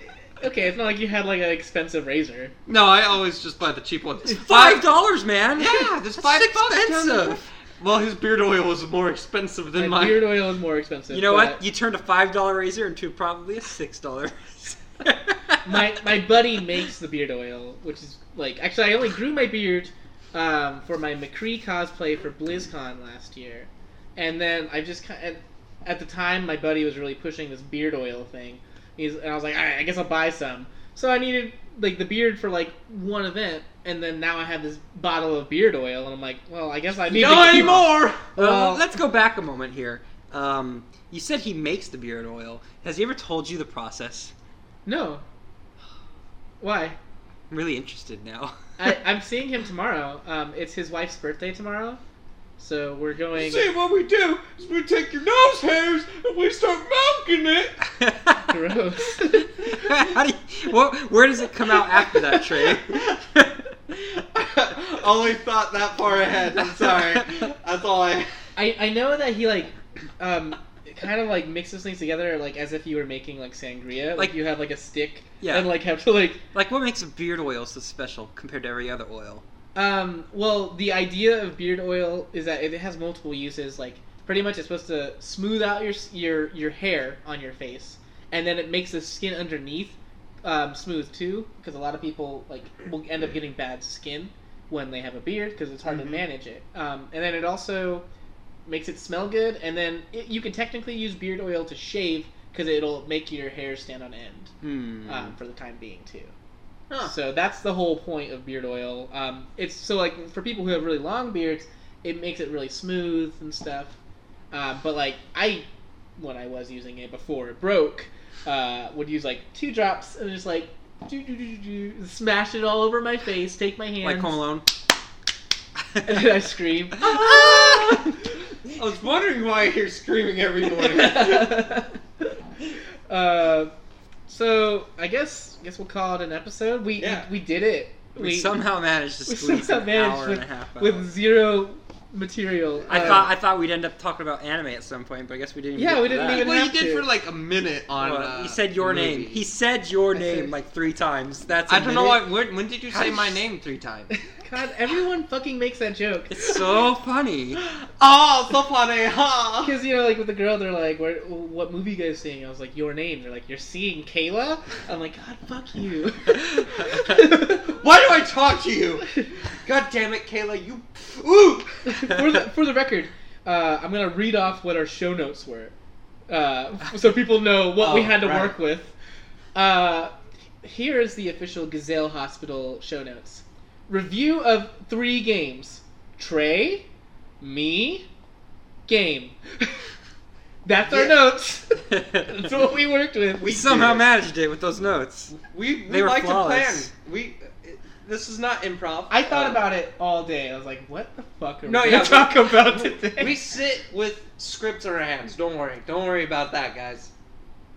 S1: Okay, it's not like you had like an expensive razor.
S3: No, I always just buy the cheap ones.
S2: Five dollars, man.
S3: Yeah,
S2: That's
S3: there's five bucks. down there.
S2: expensive.
S3: Well, his beard oil was more expensive than
S1: And
S3: mine.
S1: beard oil is more expensive.
S2: You know
S1: but
S2: what? You turned a five dollar razor into probably a six dollar.
S1: my my buddy makes the beard oil, which is like actually I only grew my beard um, for my McCree cosplay for BlizzCon last year, and then I just kind of, at the time my buddy was really pushing this beard oil thing. He's and I was like, all right, I guess I'll buy some. So I needed like the beard for like one event, and then now I have this bottle of beard oil, and I'm like, well, I guess I need to
S3: no
S1: keep-
S3: anymore.
S2: Well,
S1: Well-
S2: let's go back a moment here. Um, you said he makes the beard oil. Has he ever told you the process?
S1: No. Why?
S2: I'm really interested now.
S1: I, I'm seeing him tomorrow. Um, it's his wife's birthday tomorrow, so we're going.
S3: See, what we do is we take your nose hairs and we start milking it.
S1: Gross.
S2: How do you, what, where does it come out after that, Trey?
S3: Only Oh, thought that far ahead. I'm sorry. That's all I.
S1: I, I know that he like, um, kind of like mixes things together like as if you were making like sangria. Like,
S2: Like-
S1: you have like a stick
S2: Yeah.
S1: and like have to like.
S2: like, what makes beard oil so special compared to every other oil?
S1: Um, well, the idea of beard oil is that it has multiple uses. Like pretty much, it's supposed to smooth out your s- your your hair on your face, and then it makes the skin underneath um, smooth too. Because a lot of people like will end up getting bad skin when they have a beard because it's hard
S3: Mhm.
S1: to manage it. Um, and then it also makes it smell good. And then it, you can technically use beard oil to shave because it'll make your hair stand on end
S2: Hmm.
S1: um, for the time being too.
S3: Huh.
S1: So that's the whole point of beard oil. Um, it's so like for people who have really long beards, it makes it really smooth and stuff. Uh, but like I, when I was using it before it broke, uh, would use like two drops and just like do do do do do, smash it all over my face, take my hands,
S2: Like Home Alone.
S1: and then I scream.
S2: Ah!
S3: I was wondering why I hear screaming every morning.
S1: uh, so I guess guess we'll call it an episode. We
S3: Yeah.
S1: we, we did it.
S2: we, somehow managed to
S1: we
S2: squeeze
S1: somehow
S2: an
S1: managed
S2: hour
S1: with,
S2: and a half out.
S1: with zero material.
S2: I
S1: Uh,
S2: thought I thought we'd end up talking about anime at some point, but I guess we didn't.
S1: Yeah,
S2: get
S1: we
S2: to
S1: didn't
S2: that.
S1: even-
S3: well, you
S1: have
S3: did
S1: to.
S3: for like a minute on.
S2: Well,
S3: uh,
S2: he said your
S3: movie.
S2: name. He said your
S1: I
S2: name
S1: said-
S2: like three times. That's I
S3: I don't know why. When, when did you
S2: How
S3: say
S2: did
S3: my
S2: you-
S3: name three times?
S1: God, everyone fucking makes that joke.
S2: It's so funny.
S3: oh, so funny, huh?
S1: Because you know, like with the girl, they're like, "Where? What movie you guys seeing?" I was like, "Your name." They're like, "You're seeing Kayla." I'm like, "God, fuck you."
S3: Why do I talk to you? God damn it, Kayla, you. Ooh.
S1: for the for the record, uh, I'm gonna read off what our show notes were, uh, so people know what we
S3: Oh,
S1: had to
S3: right.
S1: work with. Uh, here is the official Gazelle Hospital show notes: review of three games: Trey, me, game. That's our
S3: Yeah.
S1: notes. That's what we worked with.
S2: we
S1: We
S2: somehow managed it with those notes.
S3: We,
S2: They
S3: we
S2: were
S3: like to plan.
S2: flawless.
S3: We. This is not improv.
S1: I thought
S3: Uh,
S1: about it all day. I was like, "What the fuck are
S3: No,
S1: we
S3: yeah,
S1: gonna talk about
S3: we-
S1: today?"
S3: We sit with scripts in our hands. Don't worry. Don't worry about that, guys.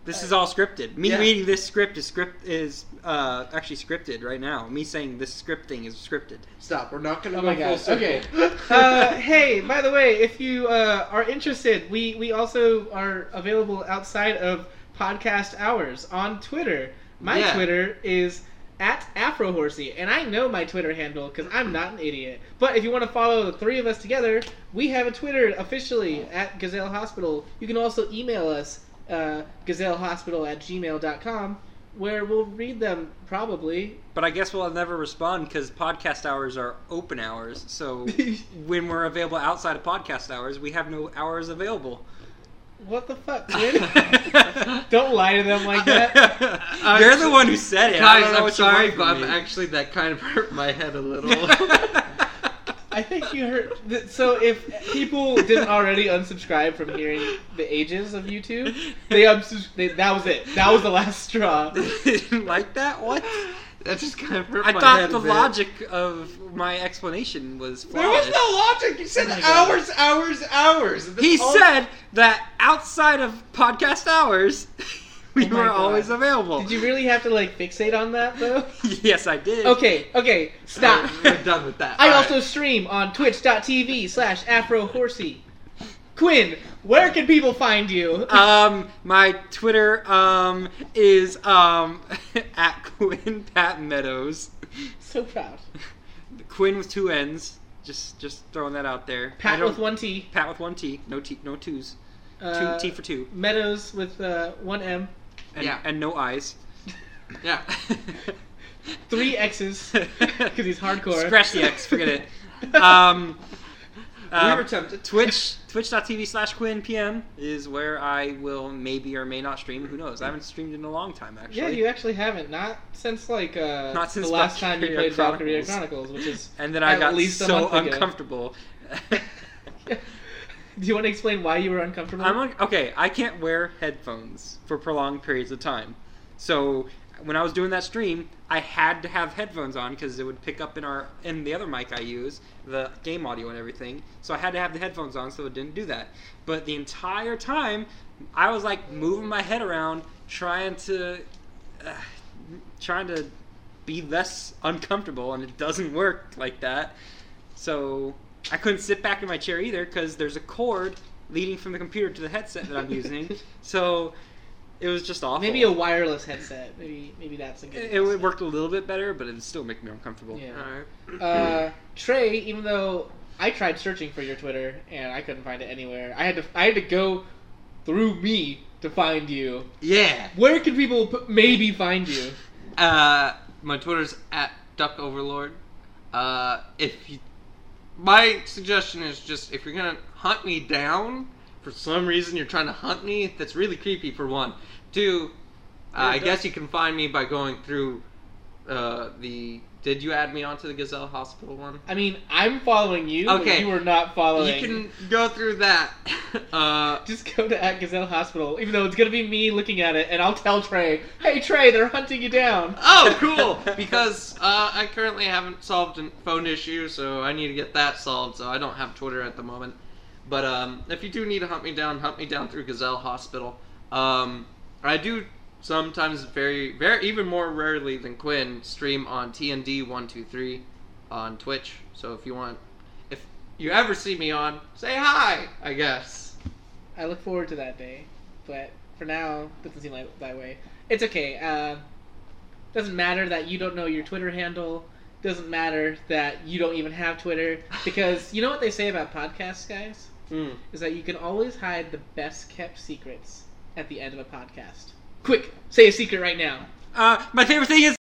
S2: This is all scripted. Me
S3: Yeah.
S2: reading this script is script is uh, actually scripted right now. Me saying this script thing is scripted.
S3: Stop. We're not gonna
S1: Oh
S3: go
S1: my
S3: full
S1: God, okay.
S3: circle.
S1: uh, hey, by the way, if you uh, are interested, we, we also are available outside of podcast hours on Twitter. My
S3: Yeah.
S1: Twitter is at AfroHorsey, and I know my Twitter handle because I'm not an idiot. But if you want to follow the three of us together, we have a Twitter officially at Gazelle Hospital. You can also email us, uh, gazellehospital at gmail.com, where we'll read them probably.
S2: But I guess we'll never respond because podcast hours are open hours. So when we're available outside of podcast hours, we have no hours available.
S1: what the fuck, dude? Don't lie to them like that.
S2: You're the one who said it. I
S3: Guys,
S2: don't know
S3: I'm
S2: what you
S3: sorry,
S2: want
S3: but I'm
S2: from me.
S3: actually that kind of hurt my head a little.
S1: I think you heard. th- So if people didn't already unsubscribe from hearing the ages of YouTube, they, unsubs- they that was it. That was the last straw.
S2: didn't like that. What?
S3: that just kind of hurt
S2: I
S3: my
S2: thought
S3: head
S2: the
S3: a bit.
S2: logic of my explanation was
S3: There
S2: flawless.
S3: was no logic. You said
S1: Oh my God.
S3: hours, hours, hours. That's
S2: He
S3: all-
S2: said that outside of podcast hours, we
S1: Oh my
S2: were
S1: God.
S2: always available.
S1: Did you really have to like fixate on that though?
S2: yes, I did.
S1: Okay, okay, stop.
S3: Alright, We're done with that.
S1: I
S3: Alright.
S1: also stream on twitch.tv slash afrohorsey. Quinn, where can people find you?
S2: Um, my Twitter um is um at Quinn Pat Meadows.
S1: so proud.
S2: Quinn with two N's. Just just throwing that out there. I
S1: Pat
S2: don't-
S1: with one T.
S2: Pat with one T. No T. No twos. Two
S1: Uh,
S2: T for two.
S1: Meadows with uh, one M.
S2: And,
S3: yeah.
S2: and no eyes.
S3: Yeah.
S1: Three X's. Because he's hardcore.
S2: Scratch the X. Forget it. Um.
S3: we
S2: um,
S3: were tempted.
S2: Twitch twitch.tv slash Quinn PM is where I will maybe or may not stream. Who knows? I haven't streamed in a long time actually.
S1: Yeah, you actually haven't. Not since like uh,
S2: Not since
S1: the last time you
S2: Valkyria
S1: played Valkyria
S2: Chronicles.
S1: Chronicles, which is.
S2: and then I
S1: at
S2: got
S1: least a
S2: so
S1: month ago.
S2: uncomfortable.
S1: Do you want to explain why you were uncomfortable?
S2: I'm on, okay. I can't wear headphones for prolonged periods of time. So when I was doing that stream, I had to have headphones on because it would pick up in our in the other mic I use the game audio and everything. So I had to have the headphones on so it didn't do that. But the entire time, I was like moving my head around, trying to, uh, trying to be less uncomfortable, and it doesn't work like that. So I couldn't sit back in my chair either because there's a cord leading from the computer to the headset that I'm using. so it was just awful.
S1: maybe a wireless headset. Maybe maybe that's a good.
S2: It, it worked a little bit better, but it would still make me uncomfortable.
S1: Yeah.
S3: Alright.
S1: Uh, Trey, even though I tried searching for your Twitter and I couldn't find it anywhere, I had to I had to go through me to find you.
S3: Yeah.
S1: Where can people p- maybe find you?
S3: Uh, my Twitter's at Duck Overlord. Uh, if you, my suggestion is just if you're gonna hunt me down for some reason, you're trying to hunt me. That's really creepy. For one, two, uh, I
S2: Yeah,
S3: guess you can find me by going through uh, the. Did you add me onto the Gazelle Hospital one?
S1: I mean, I'm following you.
S3: Okay.
S1: But you are not following.
S3: You can go through that. Uh,
S1: Just go to at Gazelle Hospital, even though it's gonna be me looking at it, and I'll tell Trey, "Hey Trey, they're hunting you down."
S3: oh, cool! Because uh, I currently haven't solved a phone issue, so I need to get that solved. So I don't have Twitter at the moment. But um, if you do need to hunt me down, hunt me down through Gazelle Hospital. Um, I do sometimes very, very, even more rarely than Quinn stream on TND one two three on Twitch. So if you want, if you ever see me on, say hi. I guess.
S1: I look forward to that day, but for now, doesn't seem like that way. It's okay. Uh, doesn't matter that you don't know your Twitter handle. Doesn't matter that you don't even have Twitter because you know what they say about podcasts, guys,
S3: Hmm.
S1: is that you can always hide the best kept secrets at the end of a podcast. Quick, say a secret right now.
S2: Uh, my favorite thing is